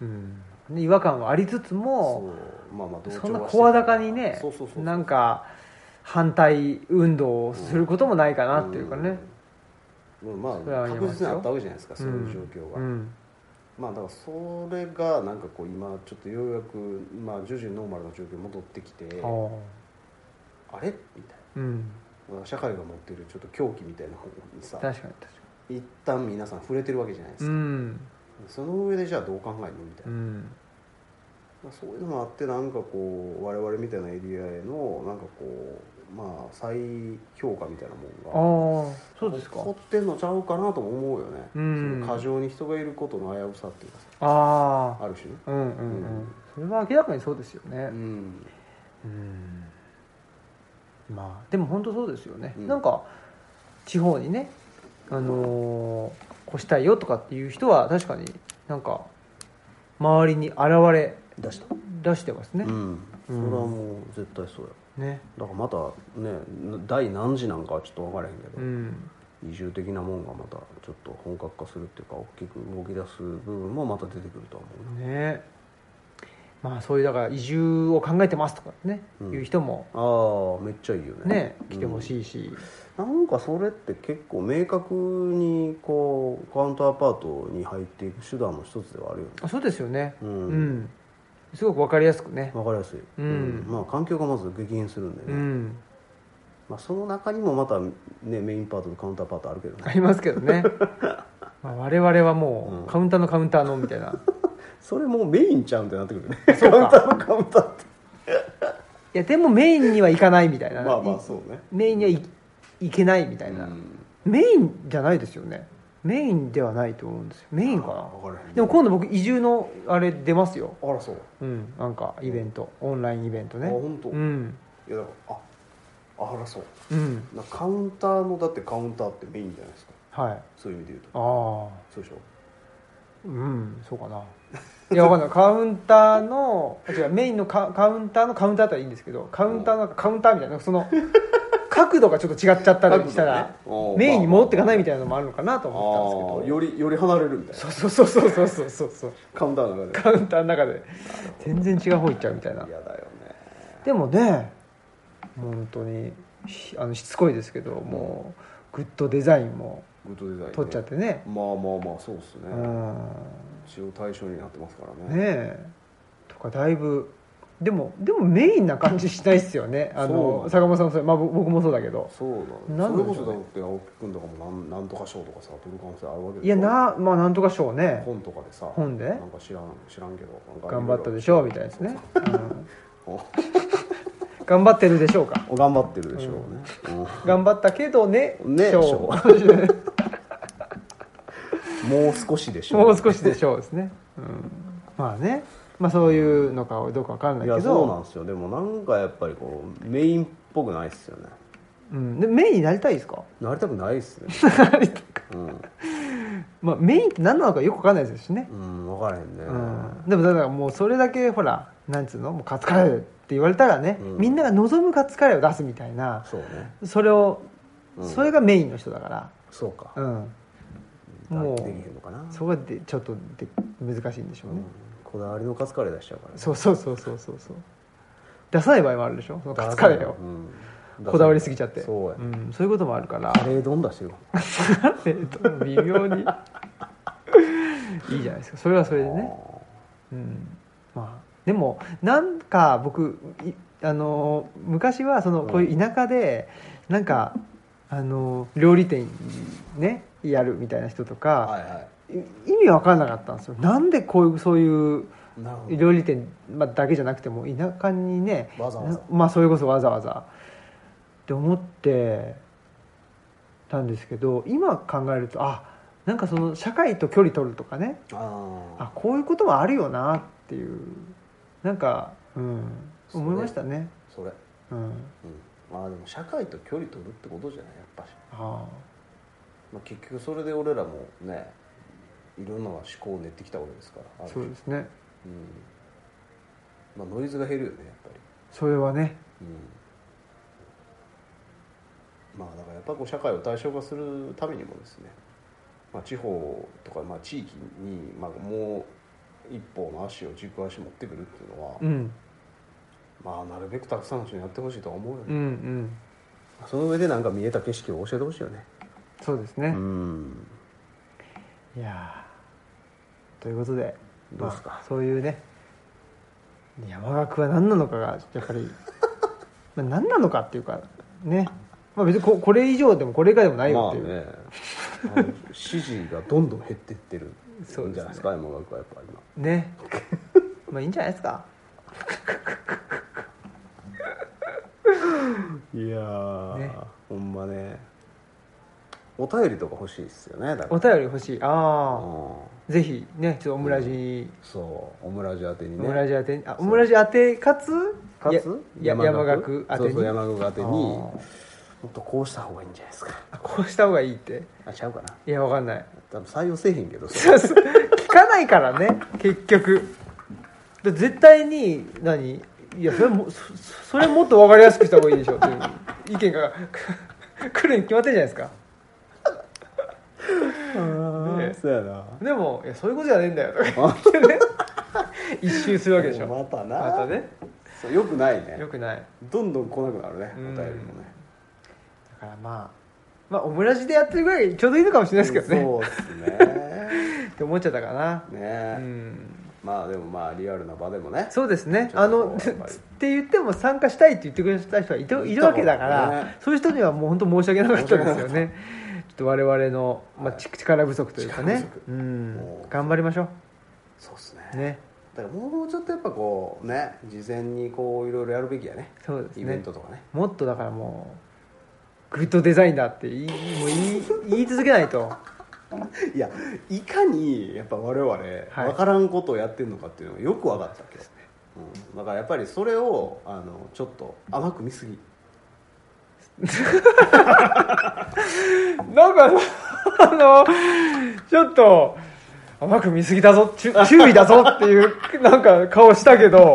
うんね違和感はありつつも
そうまあまあ同調は
そんな声高にね
そうそうそうそう
なんか反対運動をすることもないかなっていうかね、
うん、まあ
それはあり
確
ます
実
よ
にあったわけじゃないですかそういう状況が、
うん
まあだからそれがなんかこう今ちょっとようやくまあ徐々にノーマルな状況に戻ってきて
は
あれみたい
あうん
な社会が持ってるちょっと狂気みたいなものにさ
確かに確か
一旦皆さん触れてるわけじゃない
に
です
う
か、
ん
その上でじゃあどう考えるのみたいうな、
ん
まあそういうのもあってなんかこう我々みたいなエリアへのなんかこうまあ再評価みたいな
ああ
もんが
そうですか
凝ってんのちゃうかなとも思うよね、
うん
その過剰に人がいることの危うさっていうかさ
ああ
あるしね
うんうんう
うんん
それは明らかにそうですよね
うん
うんまあでも本当そうですよね、
うん
なんか地方にねあのー越したいよとかっていう人は確かになんか周りに現れ
出した
出してますね、
うん、それはもう絶対そうや
ね
だからまたね第何次なんかはちょっと分からへんけど、
うん
移住的なもんがまたちょっと本格化するっていうか大きく動き出す部分もまた出てくるとは思うね
ねまあそういうだから移住を考えてますとかね、
うん
いう人も
ああめっちゃいいよね
ね来てほしいし、
なんかそれって結構明確にこうカウンターパートに入っていく手段の一つではあるよね
あそうですよね
う
うん、
ん、
すごくわかりやすくね
分かりやすい、
うん
まあ環境がまず激変するんで
う
ね、
ん
まあ、その中にもまたねメインパートとカウンターパートあるけど
あ
ね
りますけど ねまあ我々はも
うん
うカウンターのカウンターのみたい な
それもうメインちゃうんってなってく るね
そうか
カウンターのカウンターって
いやでもメインにはいかないみたいな、
まあまあそうね
メインにはい、いけないみたいな、メインじゃないですよねメインではないと思うんですよメインかな
分からへん
でも今度僕移住のあれ出ますよ
あらそう、
うんなんかイベントオンラインイベントね
あ本当、
う
い
ん
やだからああらそう
うん
なカウンターのだってカウンターってメインじゃないですか
はい
そういう意味で言うと
ああ
そうでしょ
うんそうかな いやわかんないカウンターのあ違うメインのカカウンターのカウンターだったらいいんですけどカウンターのカウンターみたいなその角度がちょっと違っちゃったりしたら、
角度ねおー
メインに戻っていかないみたいなのもあるのかなと
あ
思ったん
ー
ですけど
よりより離れるみたいな
そうそうそうそうそうそうそう
カウンターの中で
カウンターの中で全然違う方行っちゃうみたいな
嫌だよね
でもね本当にひあのしつこいですけどもうグッドデザインも
グッドデザイン、ね、
取っちゃってね
まあまあまあそうっすね
うん
一応対象になってますからね
ねえとかだいぶでもでもメインな感じしないっすよねあ
そうな
の
の
坂本さんもそれ、まあ、ぼ僕もそうだけど
そうだ
なん
そ
で
れ
しょうね
こそだって青木君とかもなんなんとか賞とかさ取る可能性あるわけで
い
しょ
やなまあなんとか賞ね
本とかでさ
本で
なんか知らん知らんけどなんか
頑張ったでしょうみたいですね、うん
お
頑張ってるでしょうか
お頑張ってるでしょうね、うん
頑張ったけどね
ね
賞
賞もう少しでしょ
もう少しでしょうですね、うん、まあねまあそういうのかどうかわかんないけ
い
ど
やそうなんですよでもなんかやっぱりこうメインっぽくないっすよね
うん、でメインになりたいですか、
なりたくないっすねうん、
まあ、メインって何なのかよくわかんないですしね
うん、分からへんね、
うんでもだからもうそれだけほらなんつうのもうカツカレーって言われたらね、
うん
みんなが望むカツカレーを出すみたいな
そうね
それを、
うん
それがメインの人だか、
そうから
うん、も
も
う
うできへんのかな
そこがでちょっとで難しいんでしょう
う
ね
ん、こだわりのカツカレー出しちゃうからね
そうそうそうそうそうそう出さない場合もあるでしょそのカツカレーを
うん
こだわりすぎちゃって
そうや、
ん、そういうこともある から
カレー丼出してるか
えっと微妙にいいじゃないですかそれはそれで
ら
ねうんまあ、でもなんか僕いあのー昔はその
うん
こういう田舎でなんかあのー料理店ねやるみたいな人と
あーは
か、
いはい
意味わからなかったんですよなんでこういうそういう
いなるほど
料理店、まあ、だけじゃなくても田舎にね
わざわざ
まあそれこそわざわざって思ってたんですけど今考えるとあなんかその社会と距離取るとかね
あ
あこういうこともあるよなっていうなんか、うん、
それ
思いましたね、
あそれ
うん、
うんまあでも社会と距離取るってことじゃないやっぱし、
あ
まあ、結局それで俺らもねいろんな思考を練ってきたわけですからあ
あ
る
そうですね
うんまあ、ノイズが減るよねやっぱり、
それはね
うん、まあだからやっぱりこう社会を対象化するためにもですね、まあ、地方とかまあ地域にまあもう一歩の足を軸足持ってくるっていうのは、
うん
まあなるべくたくさんの人にやってほしいとは思うよね
うんう、ん
その上でなんか見えた景色を教えてほしいよね
そうですね、
ん
いやーということで
どうっすか
まあそういうねいや我が国は何なのかがやっ ぱりまあ何なのかっていうかね、まあ、別にここれ以上でもこれ以下でもないよ
ま
っ
あ
ていう、
ねあの支持がどんどん減ってってる
そうですね
じゃないですか山岳はやっぱ今
ねまあいいんじゃないですか
いやー、
ね
ほんまねお便りとか欲しいですよねだか
お
ら
便り欲しいああ、
うん
ぜひねちょっとオムラジ、
そうオムラジ宛てに
オ
ね
ムラジ宛てにあオムラジ宛てかつ
かつ
やや山岳
そ
宛て
う
に
そう山岳宛てに
あー
もっとこうした方がいいんじゃないですか
あこうした方がいいって
あちゃうかない
やわかんない
多分採用せえへんけどそれ
そうそう聞かないからね結局で絶対に何いやそれもそそれもっと分かりやすくした方がいいでしょという意見が 来るに決まってるじゃないですかね
そうやな
でもいやそういうことじゃねえんだよとか言 ってね一周するわけでしょ
またな
またね
そうよくないね
よくない
どんどん来なくなるねお
うん
便りもね
だからまあまあオムラジでやってるぐらいちょうどいいのかもしれないですけどね
そうですね
って思っちゃったかなう
ね
ん
まあでもまあリアルな場でもね
そうですね
ちょ
あ
っとこ
の
う
つ
やっぱり
って言っても参加したいって言ってくれた人はい
いたも
る
ん
いるわけだから、
ね
そういう人にはもう本当申し訳なかったですよねちょっと我々の、まあ、
はい
ち力不足というかね
力不足
うん
もう
頑張りましょ
そうです
う
ね
ね
だからもうちょっとやっぱこうね事前にこういろいろやるべきやね
そうです
イベ
ね
ントとかね
もっとだからもうグッドデザインだって言いもう言い言い続けないと
いやいかにやっぱ我々
はい
分からんことをやってるのかっていうのがよく分かったわけですね、うん、だからやっぱりそれをあのちょっと甘く見すぎ
なんかあのちょっと甘く見すぎだぞ注注意だぞっていうなんか顔したけど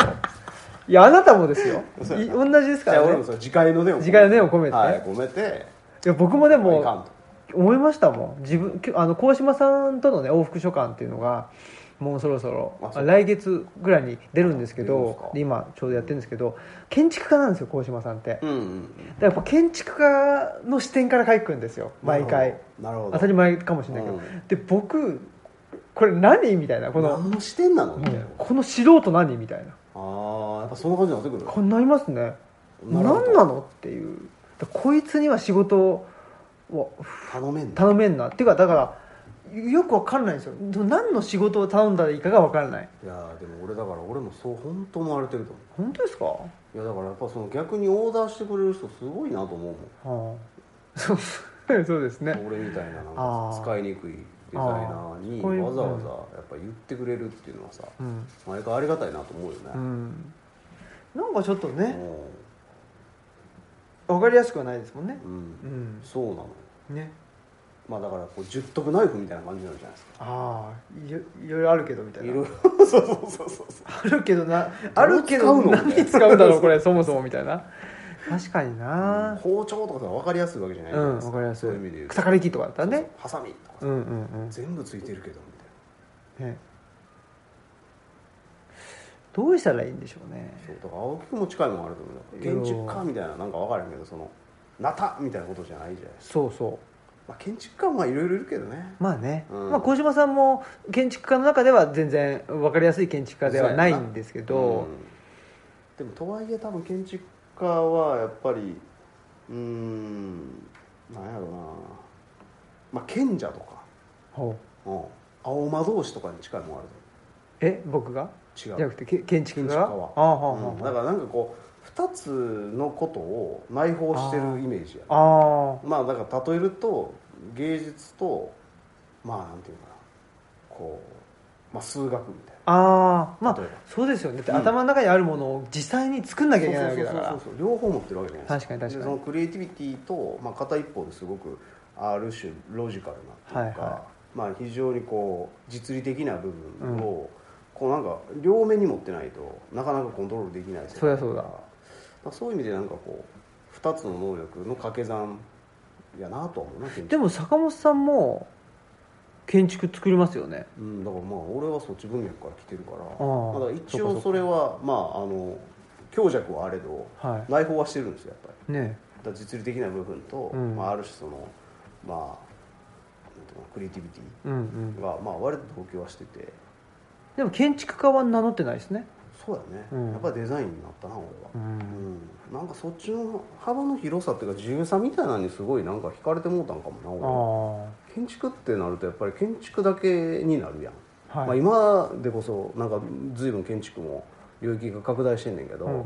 いやあなたもですよい
そうや
同じです
じ
か
ゃあ
ら
俺
ね
もその次回の念を込めて
次回の念を込めてね
はい、込めて
いや僕もで
いかん
も
と
思いましたもん自分きあの鴻島さんとのね往復書簡っていうのがもうそろそろ
あそう
来月ぐらいに出るんですけ
出るんですか
どで今ちょうどやってるんですけど建築家なんですよ鴻島さんってだか
うんうん
らやっぱ建築家の視点から書くんですよ毎回
なるほど
当たり前かもしれないけど、
うん
で僕これ何みたいなこ
この
の
何の視点なのみたいな、
この素人何みたいな
ああやっぱそんな感じになってくる
こんなりますね
な
何
るほど
なのっていうだからこいつには仕事を
頼めんな
頼めんなっていうかだからよくわかんないんですよ何の仕事を頼んだらいいかがわからない
いやーでも俺だから俺もそう本当思われてると思
本当ですか、は
ういやだからやっぱその逆にオーダーしてくれる人すごいなと思うもん
あ、 そうそうですね
俺みたいななん
あ
か
ー
使いにくいデザイナーに
あーこういう
わざわざやっぱ言ってくれるっていうのはさ
うん、
毎回ありがたいなと思うよ
う
ね、
ん、なんかちょっと
う
ね
ん
わかりやすくはないですもんね
うん
うん
そうなのよ
ね
まあだからこう十徳ナイフみたいな感じになるじゃないですか
ああいろいろいろあるけどみたい
い
な
ろいろそうそうそうそうそう
あるけどなあるけど
使うの
何に使うんだろうこれそもそもみたいな確かにな
包丁とかさ分かりやすいわけじゃないじゃ
う
なんです
わかりやすい
そういう意味で言うと
草刈り機とかだったらね
そうそうハサミとかさ
うんうん
全部ついてるけどみたい
うん
な
ねどうしたらいいんでしょうね
そうだから青木君も近いもんあると思うよ建築家みたいななんか分からんけどそのナタみたいなことじゃないじゃないですか、
そうそ
まあ、建築家はまあいろいろいるけどね
うまあね、
うん
まあ、小島さんも建築家の中では全然分かりやすい建築家ではないんですけど
うんでもとはいえ多分建築家はやっぱりうーんなんやろうなまあ賢者とか、
ほう
うん、青魔同士とかに近いもんある
え僕が
と
じ
思
ゃな
う違う
くてけ建築
建
家が
築家
あ
は
あはあ
う
は
ん
あ
だからなんかこう2つのことを内包してるイメージやね
あー
まあだから例えると芸術とまあなんていうのかなこう、まあ、数学みたい
あーまあ
例えば
そうですよねだって
うん
頭の中にあるものを実際に作ん
な
なきゃいけないわけだから
そうそうそうそう両方持ってるわけじゃないで
確
すか
かに確かに
でそのクリエイティビティと、まあ、片一方ですごくある種ロジカルなっていうか、
はいは
まあ、非常にこう実利的な部
う
分
ん
を、こうなんか両面に持ってないとなかなかコントロールできない世界
そりゃそうだ
からまあそういう意味でなんかこう2つの能力の掛け算やなとは思うな建築
でも坂本さんも建築作りますよね
うん、だからまあ俺はそっち文脈から来てるから
ああ
だから一
そっ
応
か
それはまああの強弱はあれど
は
内包はしてるんですよやっぱり
いね
だから実利的な部分と、
うん
まあ、ある種そのまあなんていうのクリエイティビテ
うんうん
ィがまあ割と同居はしてて
でも建築家は名乗ってないですね
そうやね、
うん
やっぱデザインになったな俺は
う
うんん、なんかそっちの幅の広さっていうか自由さみたいなのにすごいなんか惹かれてもうたんかもな
あ
俺は
あは
建築ってなるとやっぱり建築だけになるや
い、
ん、まあ、今でこそなんか随分建築も領域が拡大してんねんけど、
うんうん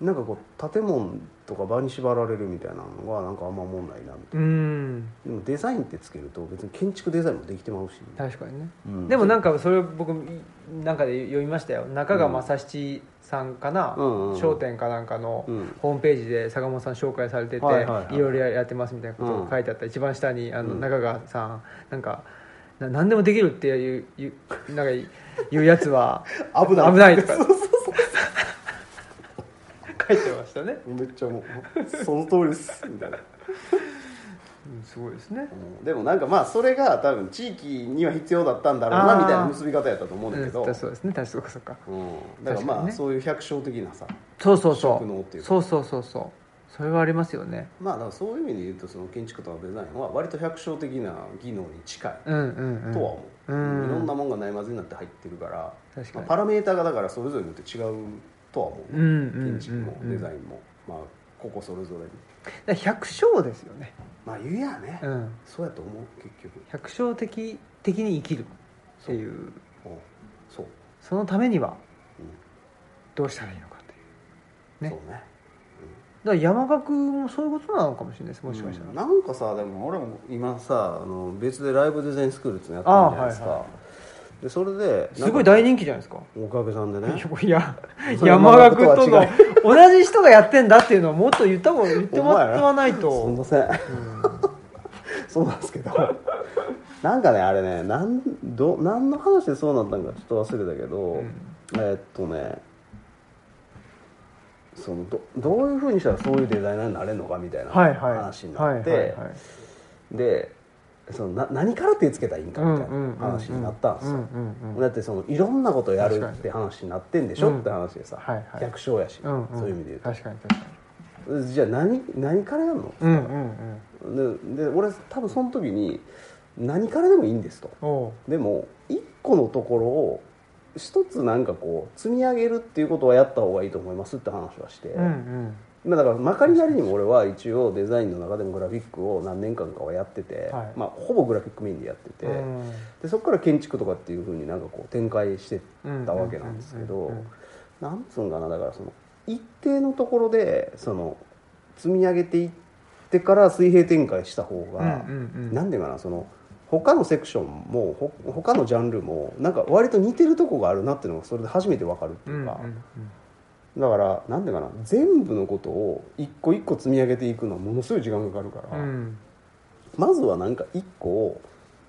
なんかこう建物とか場に縛られるみたいなのがなんかあんまおもんないなみた
う
い
ん
なでもデザインってつけると別に建築デザインもできてまうし、
確かにね
うん
でもなんかそれを僕なんかで読みましたよ中川正七さんかな、
うんうんうん
商店かなんかの
うん
ホームページで坂本さん紹介されてて、
はい
い
はいはい
ろいろやってますみたいなことが書いてあった、一番下にあの
うん
中川さんなんかな何でもできるっていういうなんか言うやつは
危ない
危ないとか書いてましたね、
めっちゃもうその通りですみたいな
うん、すごいですね
うんでもなんかまあそれが多分地域には必要だったんだろうな
あー
みたいな結び方やったと思うんだけど、
うんそうですね確かにそうか
うん、だか
確
らま
か
あ
にね
そういう百姓的なさ
そうそうそ
職能っていううか
そうそうそうそうそれはありますよね
まあだからそういう意味で言うとその建築とかデザインは割と百姓的な技能に近い
うんうんうん
とは
う
思う、
ん
いろんなもんがないまずになって入ってるから
確かに
まあパラメーターがだからそれぞれによって違うとは思う、
うんうんうん
建築も
うん
デザインも、まあここそれぞれ
だ
に
から百姓ですよね、
まあ言うやね、
うん、
そうやと思う結局
百姓的的に生きるっていう
うんそう、
そのためには
うん
どうしたらいいのかっていうね
そうね
だから山岳もそういうことなのかもしれないですもしかしたら、
うんなんかさでも俺も今さあの別でライブデザインスクールってのやってるじゃないですか、
あーはいは
でそれでな
す
んか
ごい大人気じゃないですか
おかげさんでね
いや
それは
山岳と
山
の
岳
同じ人がやってんだっていうのをもっと言った方が言ってもらわないと
すいませんそうなんですけどなんかねあれねなんど何の話でそうなったんかちょっと忘れたけど、
ん
えーっとねそのどどういうふうにしたらそういうデザイナーになれるのかみたいな
はいはい
話になって、
はいはいはい
でそのな何から手つけたらいいんかみたい
うんうんうんう
なん話になったんですよ、
うんうんうん
だってそのいろんなことやるって話になってんでしょ
うん
って話でさ、
はいはい
百姓やし、
うんん
そういう意味で
確かに確かに
言うとじゃあ何何からやるの
うんうん
でで俺多分その時に何からでもいいんですと
うんおう
でも一個のところを一つなんかこう積み上げるっていうことはやった方がいいと思いますって話はして、
うんうん
まあ、だからまかりなりにも俺は一応デザインの中でもグラフィックを何年間かはやってて、
はい
まあ、ほぼグラフィックメインでやってて、
うん
でそこから建築とかっていうふうになんかこう展開してったわけなんです
う
け
んうん
ど
うんうんうん
なんつうんかなだからその一定のところでその積み上げていってから水平展開した方が、
うんうんうん
なんていうかなその他のセクションもほ他のジャンルもなんか割と似てるとこがあるなっていうのがそれで初めてわかるっていうか、だからなんていうかな全部のことを一個一個積み上げていくのはものすごい時間がかかるか
う
ら、
ん
まずはなんか一個を、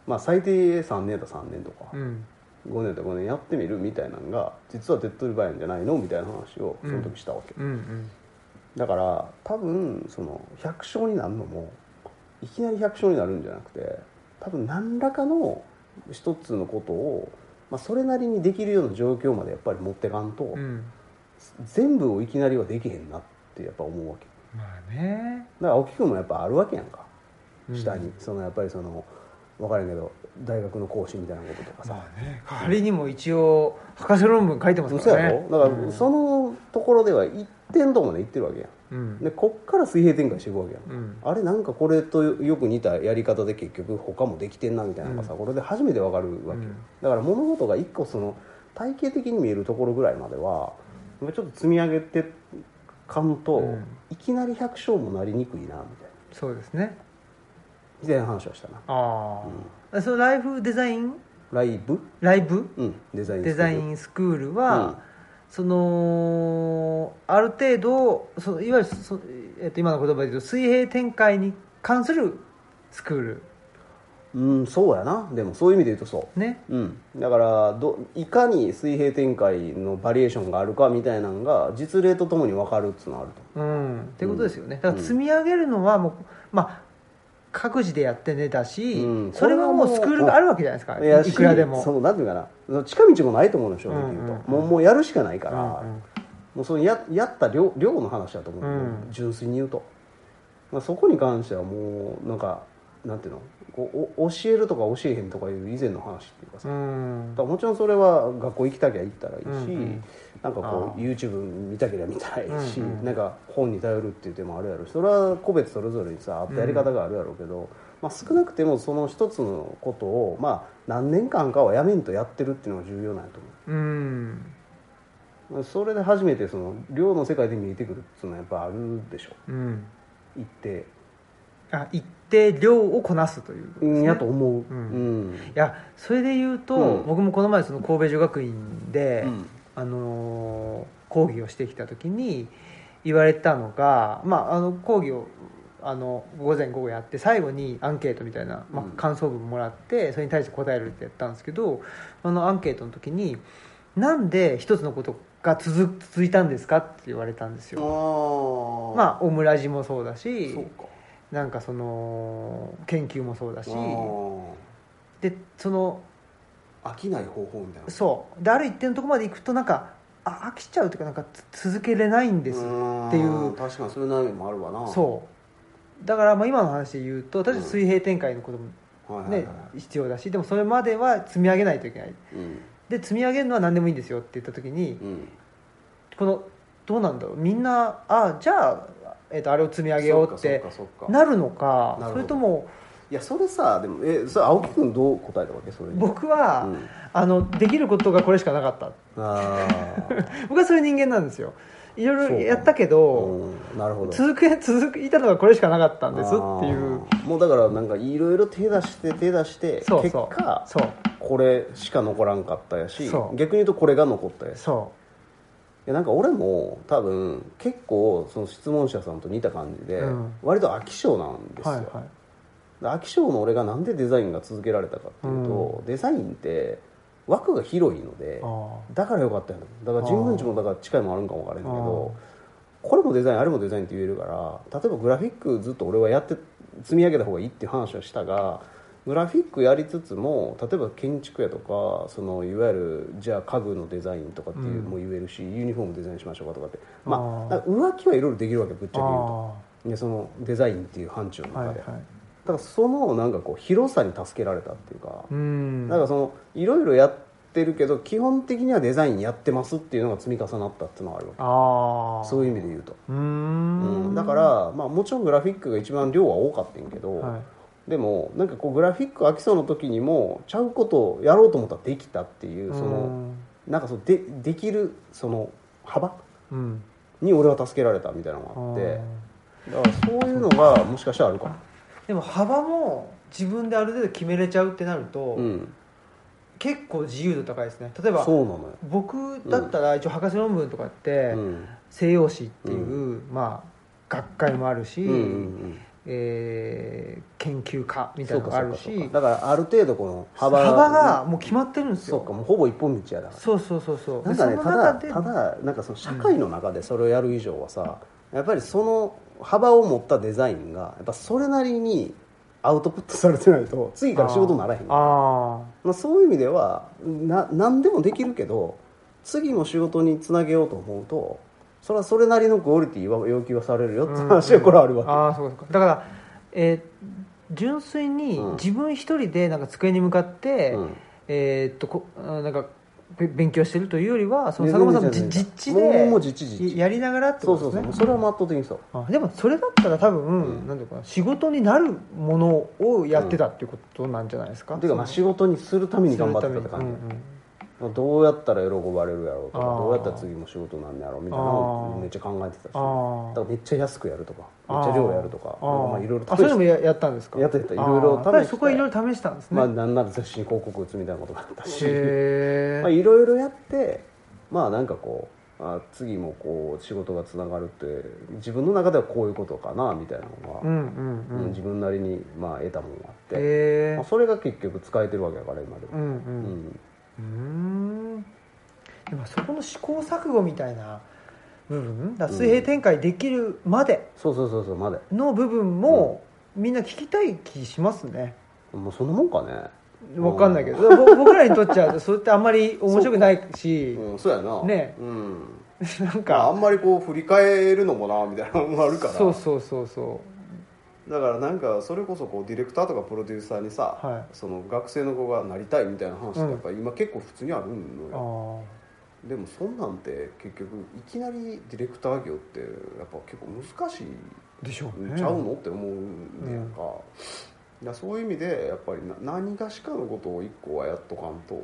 まあ、最低3年と3年とか、
うん
5年と5年やってみるみたいなのが実は手っ取り早いんじゃないのみたいな話をその時したわけ、
うんうん
だから多分その百姓になるのもいきなり百姓になるんじゃなくて多分何らかの一つのことを、まあ、それなりにできるような状況までやっぱり持ってかんと、
うん
全部をいきなりはできへんなってやっぱ思うわけ
まあね
だから青木君もやっぱあるわけやんか
うん
下に、そのやっぱりその分からんけど大学の講師みたいなこととかさ、
まあね仮にも一応博士論文書いてます
そ
か
う
ら
や
ね
ろだからそのところでは一点とこまで行ってるわけやん
うん
でこっから水平展開していくわけやん、
うん
あれなんかこれとよく似たやり方で結局他もできてんなみたいなのがさ、これで初めてわかるわけよ、
うん
だから物事が一個その体系的に見えるところぐらいまではちょっと積み上げてかんと、
うん
いきなり百姓もなりにくいなみたいな
そうですね
みたいな話をしたな
ああそのライフデザイン
ライブ、
ライブ
うん、デザイン
デザイ
ン
ンスクール
うん
はそのある程度そのいわゆるそえっと今の言葉で言うと水平展開に関するスクール
うんそうやなでもそういう意味で言うとそう
ね
うん、だからどいかに水平展開のバリエーションがあるかみたいなのが実例とともに分かるっつうのはあると
うんってことですよねだから積み上げるのはもうまあ各自でやってねだし、
うん
それはもう
これはもう
スクールがあるわけじゃないですか、
やし
いくらでも
そのなんていうかなその近道もないと思うの正直言うと、
うんうん
もうもうやるしかないか
う
ら、
んうん
もうそのややった量量の話だと思う、
うん
純粋に言うと、まあ、そこに関してはもうなんかなんていうのこうお教えるとか教えへんとかいう以前の話っていうかさ、
うん
だからもちろんそれは学校行きたきゃ行ったらいいし、
うんうん
なんかこ
あ
う YouTube 見たけりゃ見たらいいし、
うんうん
なんか本に頼るっていう手もあるやろしそれは個別それぞれにさあったやり方があるやろうけど、まあ、少なくてもその一つのことを、まあ、何年間かはやめんとやってるっていうのが重要なんやと
うん
思うそれで初めてその量の世界で見えてくるっていうのはやっぱあるでしょ
うん
一定
あ一定量をこなすということですね、
うんやと思う、
う
うんん
いやそれで言うと、
うん
僕もこの前その神戸女学院で、
うん
あのー講義をしてきた時に言われたのが、まあ、あの講義をあの午前午後やって最後にアンケートみたいな、まあ
うん、
感想文もらってそれに対して答えるってやったんですけどあのアンケートの時に「なんで一つのことが続続いたんですか?」って言われたんですよ。
ああ
まあ、オムラジもそうだし
そうか
なんかその研究もそうだし
あ
でその
ー飽きない方法みたいな
そうである一定のところまで行くとなんかあ飽きちゃうというかなんかつ続けれないんです
ーん
っていう
確かにそういう悩みもあるわな
そうだからまあ今の話で言うと確かに水平展開のことも、
うはいはいはい
ね必要だしでもそれまでは積み上げないといけない
うん
で積み上げるのは何でもいいんですよって言った時に、
うん
このどうなんだろうみんなあじゃあ、えっとあれを積み上げようって
そっかそっかそっか
なるのか
なるほど
それとも
いやそれさでもえそれ青木君どう答えたわけそれに
僕は、
うん
あのできることがこれしかなかった
ああ
僕はそういう人間なんですよいろい
そう
ろ
か
やったけど、
うんなるほど
続け続いたのがこれしかなかったんですっていう
あーもうだからなんかいろいろ手出して手出して
そう
結
そう
果
そう
これしか残らんかったやし
そう
逆に言うとこれが残ったやしい
そ
やなんか俺も多分結構その質問者さんと似た感じで、
うん
割と飽き性なんです
うはい
よ、
はい
で飽き性の俺がなんでデザインが続けられたかっていうと、デザインって枠が広いので
あ
だからよかったんだだから人文地もだから近いもあるんかもわからんけど
あ
これもデザインあれもデザインって言えるから例えばグラフィックずっと俺はやって積み上げた方がいいっていう話はしたがグラフィックやりつつも例えば建築やとかそのいわゆるじゃあ家具のデザインとかっていう、
うん
も言えるしユニフォームデザインしましょうかとかって
あ
ま
ー
あだから浮気はいろいろできるわけぶっちゃけ言うと
あ
でそのデザインっていう範疇の
ー
中で
は。いはい
だからそのなんかこう広さに助けられたっていうか、
うん
なんかそのいろいろやってるけど基本的にはデザインやってますっていうのが積み重なったっていうのがあるわけ
ああ
そう
う
いう意味で言うと、
ー
うん
ん
だから、まあ、もちろんグラフィックが一番量は多かったんやけど、
はい
でもなんかこうグラフィック飽きそうな時にもちゃうことをやろうと思ったらできたっていうそのなんかそのでできるその幅
うん
に俺は助けられたみたいなの
う
が
ん
あ
あ
って
ー
だからそういうのがもしかしたらあるかも、
でも幅も自分である程度決めれちゃうってなると、
うん、
結構自由度高いですね例えば
そうなのよ、
僕だったら一応博士論文とかって、
うん
西洋史っていう、まあ学会もあるし、
うんうんうん
えー研究家みたいなのがある
そうかそうかそう
し
かだからある程度この
幅
幅
がもう決まってるんです
そうか
よ
もうほぼ一本道やだか
そうそうそうそう
らなん
でそ
かねた
の
だ
中で
ただなんかその社会の中でそれをやる以上はさ、やっぱりその幅を持ったデザインがやっぱそれなりにアウトプットされてないと次から仕事にならへん
あー
まあ、そういう意味ではな何でもできるけど次の仕事につなげようと思うとそれはそれなりのクオリティは要求はされるよって話はこれはあるわけ、
あーそうかそうかだから、えー純粋に
うん
自分一人でなんか机に向かって、
うん
えーっとこあなんかべ勉強してるというよりはその
ね
坂本さんも
ねね
じ
ね
実地
もうもうもう
で
実地実地
やりながらって
そ
こ
うそ
と
う
で
そ
すね
うそれは圧倒的にそう
あでもそれだったら多分、
うん
なんていうかな仕事になるものをやってたっていうことなんじゃないですか、
ていうかまあ仕事にするために頑張ってたって感じ、
するためにうんうん
どうやったら喜ばれるやろうとか
あー
どうやったら次も仕事なんやろうみたいなの
あ
を
ー
めっちゃ考えてたしだ
あー
からめっちゃ安くやるとかめっちゃ量やるとか
あー
まあいろいろ
あそういうのも
試して
ややったんですか
やってたいろい
あーや
ろ試して
っぱりそこはいろいろ試したんですね、
まあなんなら雑誌に広告打つみたいなことがあったし
へ
まあ
え
いろいろやってまあなんかこうあ次もこう仕事がつながるって自分の中ではこういうことかなみたいなの
うんう
が、
ん
うん
うん
自分なりにまあ得たものがあって、
へ
まあ、
え
それが結局使えてるわけだから今で
う
も、
ん
う
うん
ん
うーんでもそこの試行錯誤みたいな部分だから水平展開できるまで
そうそうそうそうまだ
の部分も、みんな聞きたい気しますね
もうそんなもんかね
わかんないけど、ぼ 僕らにとっちゃそれってあんまり面白くないし、
うん、そうやな
ね
うん、
なん
まあ
か
あんまりこう振り返るのもなみたいなのもあるから
そうそうそうそう
だからなんかそれこそこうディレクターとかプロデューサーにさ、
はい
その学生の子がなりたいみたいな話って
うん
やっぱ今結構普通にある
あ
のよ、
ー
でもそんなんて結局いきなりディレクター業ってやっぱ結構難しい
でしょうね
んちゃうのって思うねやんか、いやそういう意味でやっぱりな何がしかのことを一個はやっとかんと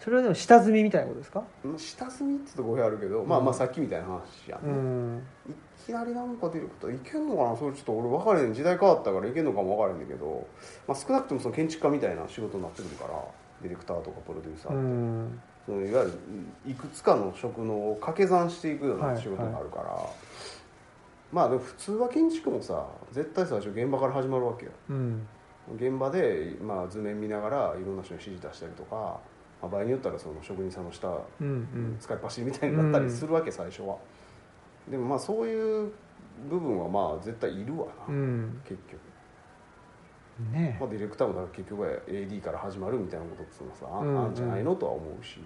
それはでも下積みみたいなことですか
うん下積みってとこがあるけど、まあまあさっきみたいな話やん
う
ね、
ん
いきなりなんか出ることいけんのかなそれちょっと俺分かれへん時代変わったからいけんのかも分かれへんねんけど、まあ、少なくともその建築家みたいな仕事になってくるからディレクターとかプロデューサー、
うん
そのいわゆるいくつかの職能を掛け算していくよう
は
ない仕事があるから、まあでも普通は建築もさ絶対最初現場から始まるわけよ
うん
現場で、まあ、図面見ながらいろんな人に指示出したりとか、まあ、場合によったらその職人さんの下
うんうん
使いっ走りみたいになったりするわけ、最初はでもまあそういう部分はまあ絶対いるわ
う
な、
ん
結局、
ね
まあ、ディレクターもだから結局は AD から始まるみたいなことっていうのはさ、
うんうん
あんじゃないのとは思うし、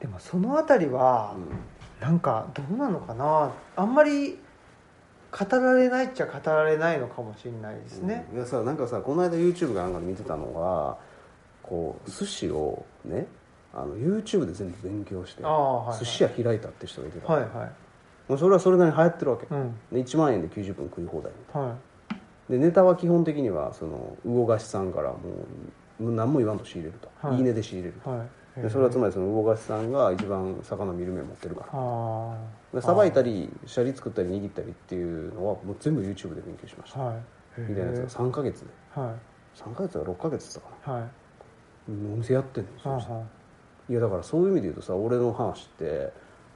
でもそのあたりは
う
なんかどうなのかなあんまり語られないっちゃ語られないのかもしれないです
ん
ね、
うんいやさなんかさこの間 YouTube かなんかで見てたのがこう寿司をねあの YouTube で全部勉強して
ああはいはい
寿司屋開いたって人がいてた、
はいはい
もうそれはそれなりに流行ってるわけ、
うん
で1万円で90分食い放題みたいな
は
でネタは基本的にはその魚河岸さんからもうもう何も言わんと仕入れると、
はい
い、いねで仕入れる
い
と、
はい
でそれはつまりその魚河岸さんが一番魚見る目持ってるから
ああ
でさばいたりシャリ作ったり握ったりっていうのはもう全部 YouTube で勉強しました
はい
みたいなやつが3ヶ月で
は
3ヶ月は6ヶ月だったか
いはい
なお店やってんの
は
よいやだからそういう意味で言うとさ俺の話って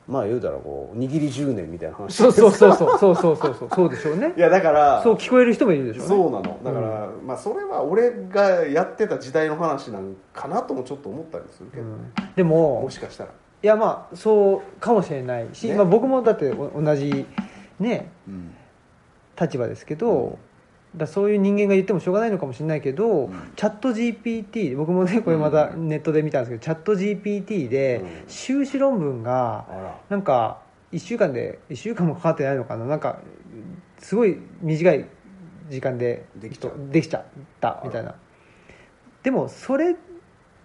まあ言うたらこう握り10年みたいな話
そうそうそうそうそうそうそうそうそうでしょう ね
いやだから
そう聞こえる人もいるでしょうね
そうなのだから、まあそれは俺がやってた時代の話なんかなともちょっと思ったりもするけど、
ん、でも
もしかしたら、
いやまあそうかもしれないし、
ね
まあ、僕もだってお同じね
うん
立場ですけど、だそういう人間が言ってもしょうがないのかもしれないけど、
うん
チャット GPT 僕もねこれまたネットで見たんですけど、チャット GPT で
うん
修士論文が
あら
なんか1週間で1週間もかかってないのかななんかすごい短い時間で
できちゃう
できちゃったみたいなでもそれっ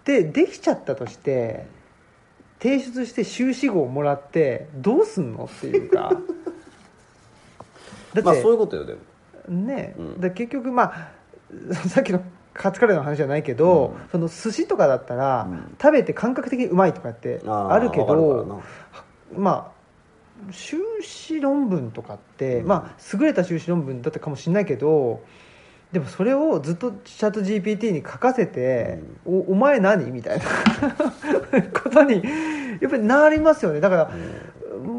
てできちゃったとして提出して修士号もらってどうすんのっていう かだって、
まあそういうことよでも
ね、
うん
だから結局まあ さっきのカツカレーの話じゃないけど、その寿司とかだったら、
うん
食べて感覚的にうまいとかってあるけ
わか
ど
るからな
まあ修士論文とかって、
うん
まあ、優れた修士論文だったかもしれないけどでもそれをずっとチャット GPT に書かせて、おお前何み たいなことにやっぱりなりますよねだから、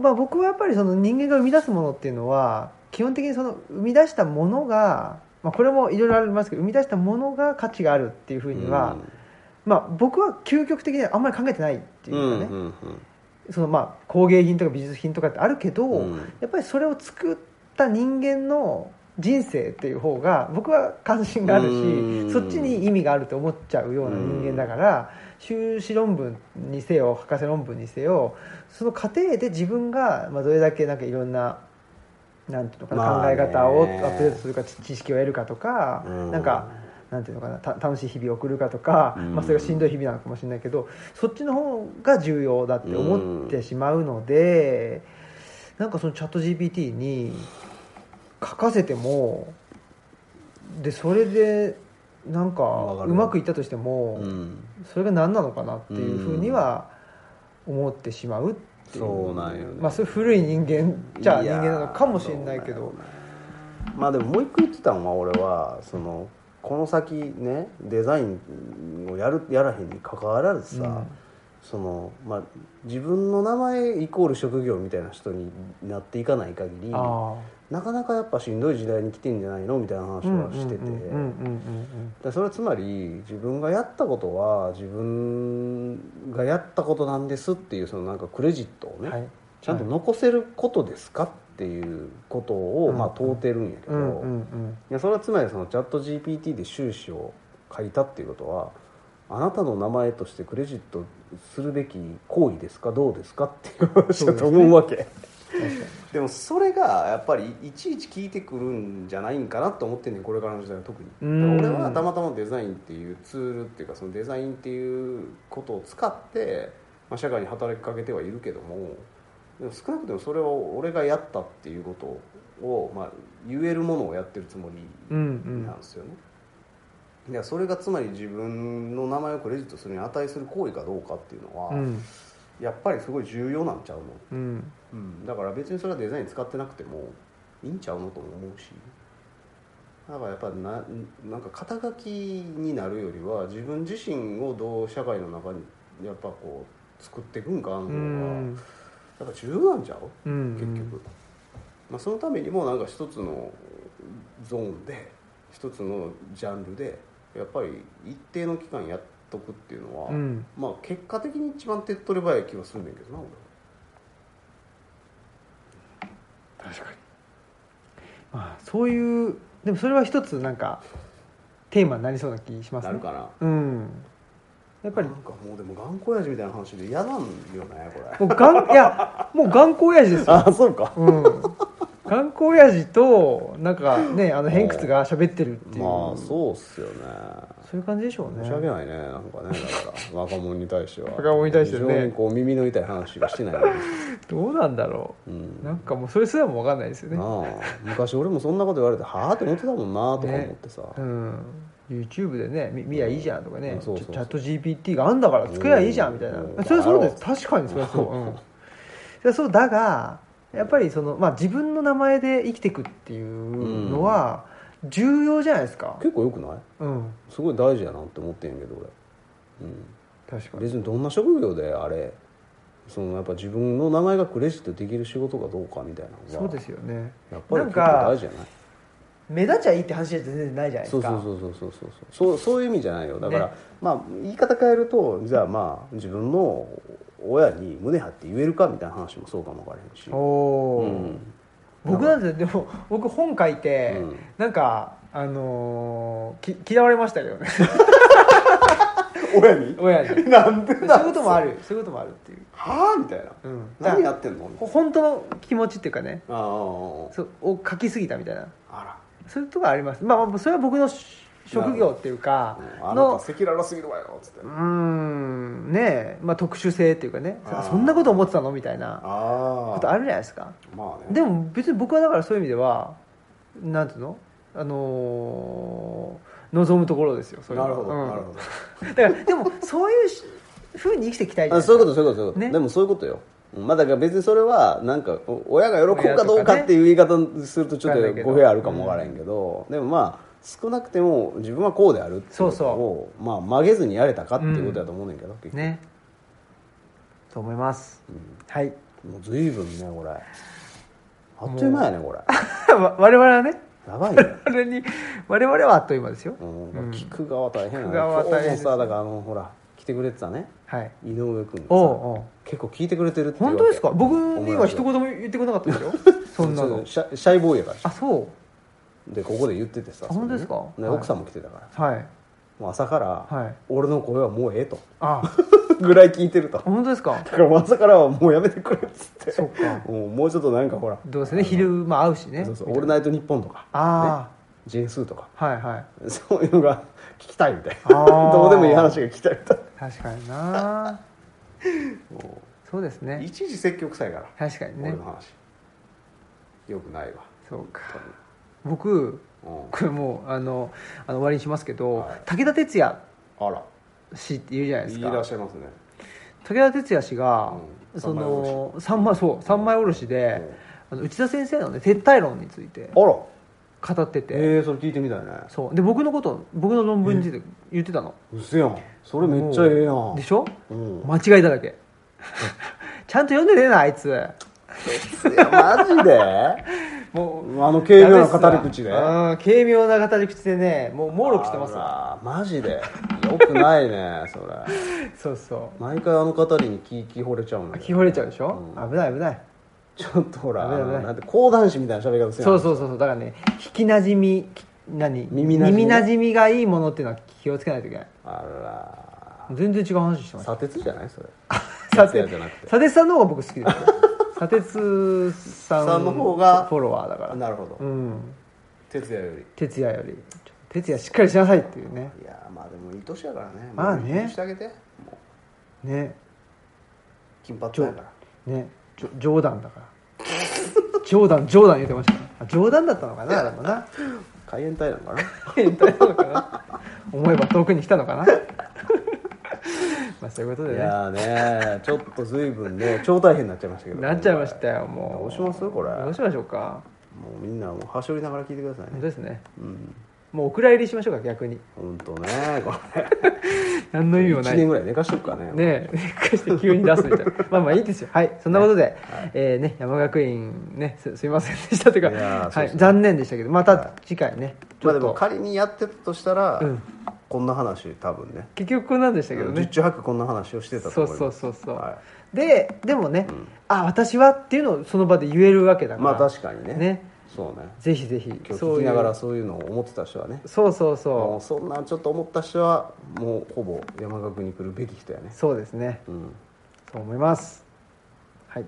まあ、僕はやっぱりその人間が生み出すものっていうのは基本的にその生み出したものが、まあ、これもいろいろありますけど生み出したものが価値があるっていうふうには、まあ、僕は究極的にはあんまり考えてないってい
うんう
うか
ん
ね、
うん
そのまあ工芸品とか美術品とかってあるけど、
うんうん
やっぱりそれを作った人間の人生っていう方が僕は関心がある
うん
しそっちに意味があると思っちゃうような人間だから修士論文にせよ博士論文にせよその過程で自分がまあどれだけなんかいろんな。なんていうのかな、
まあね
考え方をアップデートするか知知識を得るかとか、
うん
なんかなんていうのかなた楽しい日々を送るかとか、
うん
まあ、それがしんどい日々なのかもしれないけどそっちの方が重要だって思ってしまうので、なんかそのチャット GPT に書かせてもでそれでなん
わ
か
かる
うまくいったとしても、
うん
それが何なのかなっていうふうには思ってしまうっていう、
そうなんよね
まあ、それ古い人間じゃあ人間なのかもしれないけ
いや
ど
ーまあでももう一個言ってたのは俺はそのこの先ねデザインをやるやらへんに関わらずさ、
うん
そのまあ、自分の名前イコール職業みたいな人になっていかない限りな
あ
かなかやっぱしんどい時代に来てんじゃないのみたいな話
あうんうん
は
うん
してて、
うんうんうん
でそれはつまり自分がやったことは自分がやったことなんですっていうそのなんかクレジットを
うん
ね、
はい
ちゃんと残せることですかっていうことを、
うん
まあ、問うてるんやけど、
うんうんうん
いやそれはつまりそのチャット GPT で収支を書いたっていうことはあなたの名前としてクレジットするべき行為ですかどうですかっていう話だと思うわけ、 でもそれがやっぱりいちいち聞いてくるんじゃないんかなと思ってんねんこれからの時代は特に
うん
俺はたまたまデザインっていうツールっていうかそのデザインっていうことを使って、まあ、社会に働きかけてはいるけどもでも少なくともそれを俺がやったっていうことを、まあ、言えるものをやってるつも
う
り
ん
なんですよね、いやそれがつまり自分の名前をクレジットするに値する行為かどうかっていうのは、
うんうん
やっぱりすごい重要なんちゃうの
うん
うん、だから別にそれはデザイン使ってなくてもいいんちゃうのとも思うしだからやっぱななんか肩書きになるよりは自分自身をどう社会の中にやっぱこう作っていくんかあの
う
方が
ん
やっぱ重要なんちゃう
うん
結局、まあ、そのためにもなんか一つのゾーンで一つのジャンルでやっぱり一定の期間やっとくっていうのは、
うん
まあ結果的に一番手っ取り早い気はするんだけどな俺は
確かにまあそういうでもそれは一つなんかテーマになりそうな気しますね
なるかな
うんやっぱり
なんかもうでも頑固親父みたいな話で嫌なんよね こ
もうがんいやもう頑固親父です
れ
よ、
あそうか
うん、頑固親父となんかねあの偏屈が喋ってるっていう、
まあ
う
そうっすよね
そういう感じでしょうね
申し訳ないねなんかねだから若者に対しては
若者に対してね
非常にこう耳の痛い話がしてないのに
どうなんだろ
う
うんなんかもうそれすらも分かんないですよね
なあ昔俺もそんなこと言われてはあって思ってたもんなとか思ってさ、
うん、YouTube でねみ見りゃいいじゃんとかね、
うんそうそうそう
チャット GPT があんだから作りゃいいじゃんみたいな、
うん
それはそうです
だろ
確かにそれはそう、うん、それはそうだがやっぱりその、まあ、自分の名前で生きていくっていうのは重要じゃないですか
結構よくない
うん
すごい大事やなって思ってんやけど俺、
確
う
か
ん、
に
別にどんな職業であれそのやっぱ自分の名前がクレジットできる仕事かどうかみたいなのが
そうですよね
やっぱり
なん
結構
か
大事じゃない
目立ちゃいいって話じゃ全然ないじゃないで
そ
すか
うそうそうそうそうそうそうそういう意味じゃないよだから、
ね
まあ言い方変えるとじゃあまあ自分の親に胸張って言えるかみたいな話もそうかもわからへんし
おお、
うん
僕なんてでも僕本書いて、
うん
なんかあのーき嫌われましたけどね
親に
親に
なんで
そういうこともあるそういうこともあるっていう、
はあみたいな、
うん、
何やってんの
ほ本当の気持ちっていうかね
ああ
そうを書きすぎたみたいな
あら
そういうとこあります、まあ、まあそれは僕のし職業っていうか
うんあなた
の
赤裸々すぎるわよつって
うーんねえ、まあ、特殊性っていうかね
あー
そんなこと思ってたのみたいな
あ
ことあるじゃないですか
まあね
でも別に僕はだからそういう意味ではなんていうのあのー望むところですよそういう
な
の
るほど、
うん
なるほど
だからでもそういうしふうに生きていきたいじゃな
あ
いですか
そういうことそういうことそういうこと、
ね
でもそういうことようんまあだから別にそれはなんかお親が喜ぶかどう
親とか
か
ね
っていう言い方するとちょっ
わかんないけ
と
ど
語弊あるかもわからへんけど、でもまあ少なくても自分はこうであるっていうことをまあ曲げずにやれたかっていうことだと思うねんけど、結局
ねと思います、はい
もう随分ねこれあっという間やねこれ
わ我々はね
やばいね
我々に我々はあっという間ですよ、
うんまあ聞く側大変や
聞
ね
く側は大変
今
で
日
す
もさだからあのほら来てくれてたね
はい
井上君さ
おうおう
結構聞いてくれてるっていうわ
本
け
当ですか僕
友達
に
が
は一言も言ってこなかったですよそんな
ちょっ
の
とシャシャイボーイやから
あそう
でここで言っててさ
あ本当ですか
それねで
はい
奥さんも来てたから
はい
もう朝から、
はい
俺の声はもうええと
あ
ぐらい聞いてるとだ
本当ですか
からもう朝からはもうやめてくれっつって
そっか
もうもうちょっとなんかほら
どうせね昼間会うしね
そうそう「
み
オ
たい
ール
な
ナイトニッポン」とか
あ
「ジェンスー」とか
あ、はいはい
そういうのが聞きたいみたいな
あー
どうでもいい話が聞きたいみたい
確かにな
も
そうです
う
ね
いちいち説教臭いから
確かに
俺
ね
の話よくないわ
そうか僕
うん
これもうあのあの終わりにしますけど、
はい
武田鉄矢
あら
氏って言うじゃないです
い
から
っしゃいますね
武田鉄矢氏が、
うん
その三枚そう三枚おろしで、あの内田先生のね撤退論について
あら
語ってて、
ええそれ聞いてみたいね
そうで僕のこと僕の論文について言ってたの
うせやんそれめっちゃええやん
でしょ
うん
間違いだら けちゃんと読んでねえなあいつ
いやマジで
もう
あの軽妙な語り口で
うん軽妙な語り口でねもうもろくしてますわ
あらマジでよくないねそれ
そうそう
毎回あの語りに聞き惚れちゃうんだけど
聞こえちゃうでしょ、
うん
危ない危ない
ちょっとほら
危ない危ない
あのなんて講談師みたいな喋り方するやん
そうそうそうそうだからね聞きなじみき何
耳馴染みね
耳馴染みがいいものっていうのは気をつけないといけない
あ
全然違う話してました
ら砂鉄じゃないそれ
さ
鉄
て
じゃなく て
さてさんの方が僕好きですよ砂鉄さん
さんの方が
フォロワーだから
なるほど
うん
哲也より
徹夜よりちょ徹夜しっかりしなさいっていうね
いやーまあでもいい年やからね
まあね
もう許してあげてもう
ね
金髪だから
ねじょ冗談だから冗談冗談言ってましたねあ冗談だったのかなでもな
海援隊なのかな
変態なのかな思えば遠くに来たのかなまあそういうこと
い
でね
やーねちょっと随分ね超大変になっちゃいましたけど
なっちゃいましたよもう
どうしますこれ
どうしましょうか
もうみんなもうはしょりながら聞いてください
本
ね
当ですね
うん
もうお蔵入りしましょうか逆に
本当ねこ
何の意
れ
味も
1
ない
年ぐらい寝かしとくからね
ねえ、かして急に出すみた いな。まあまあいいですよ。はい、そんなことで、えーね、山学院ね、すすいませんでしたというか、
いやーそ
は
うで
い
す、ね
残念でしたけど、また次回ね、ち
まあ
ょ
で
っと、
も仮にやってたとしたら、
うん
こんな話多分ね
結局こんなんでしたけど
十
ね。
中八九こんな話をしてたと
そ
思
う
います
そうそうそう。
は
で、でもね、あ、私はっていうのをその場で言えるわけだ
い、
から、
まあ確かにね
ね
そうね
ぜひぜひ、
今日聞きながら
そう
そういうのを思ってた人はね
いうそうそう
も
そう
そんなちょっと思った人はもうほぼ山岳に来るべき人やね
う、そうですね。
うん、
そう思いますはい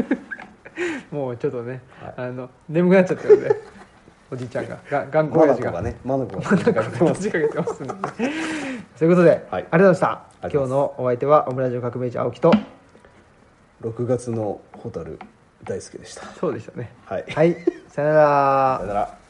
もうちょっとね、あの眠くなっちゃったので おじいちゃんがが頑固
マ
親
ナ
父
コ
が
がねマナコが
なんか立ちかけてますんでということで、ありがとうございました
ありがとうございます
今日のお相手はオムラジオ革命児青木と
6月の蛍大輔でした
そうでしたね
はい
はいさよなら
さよなら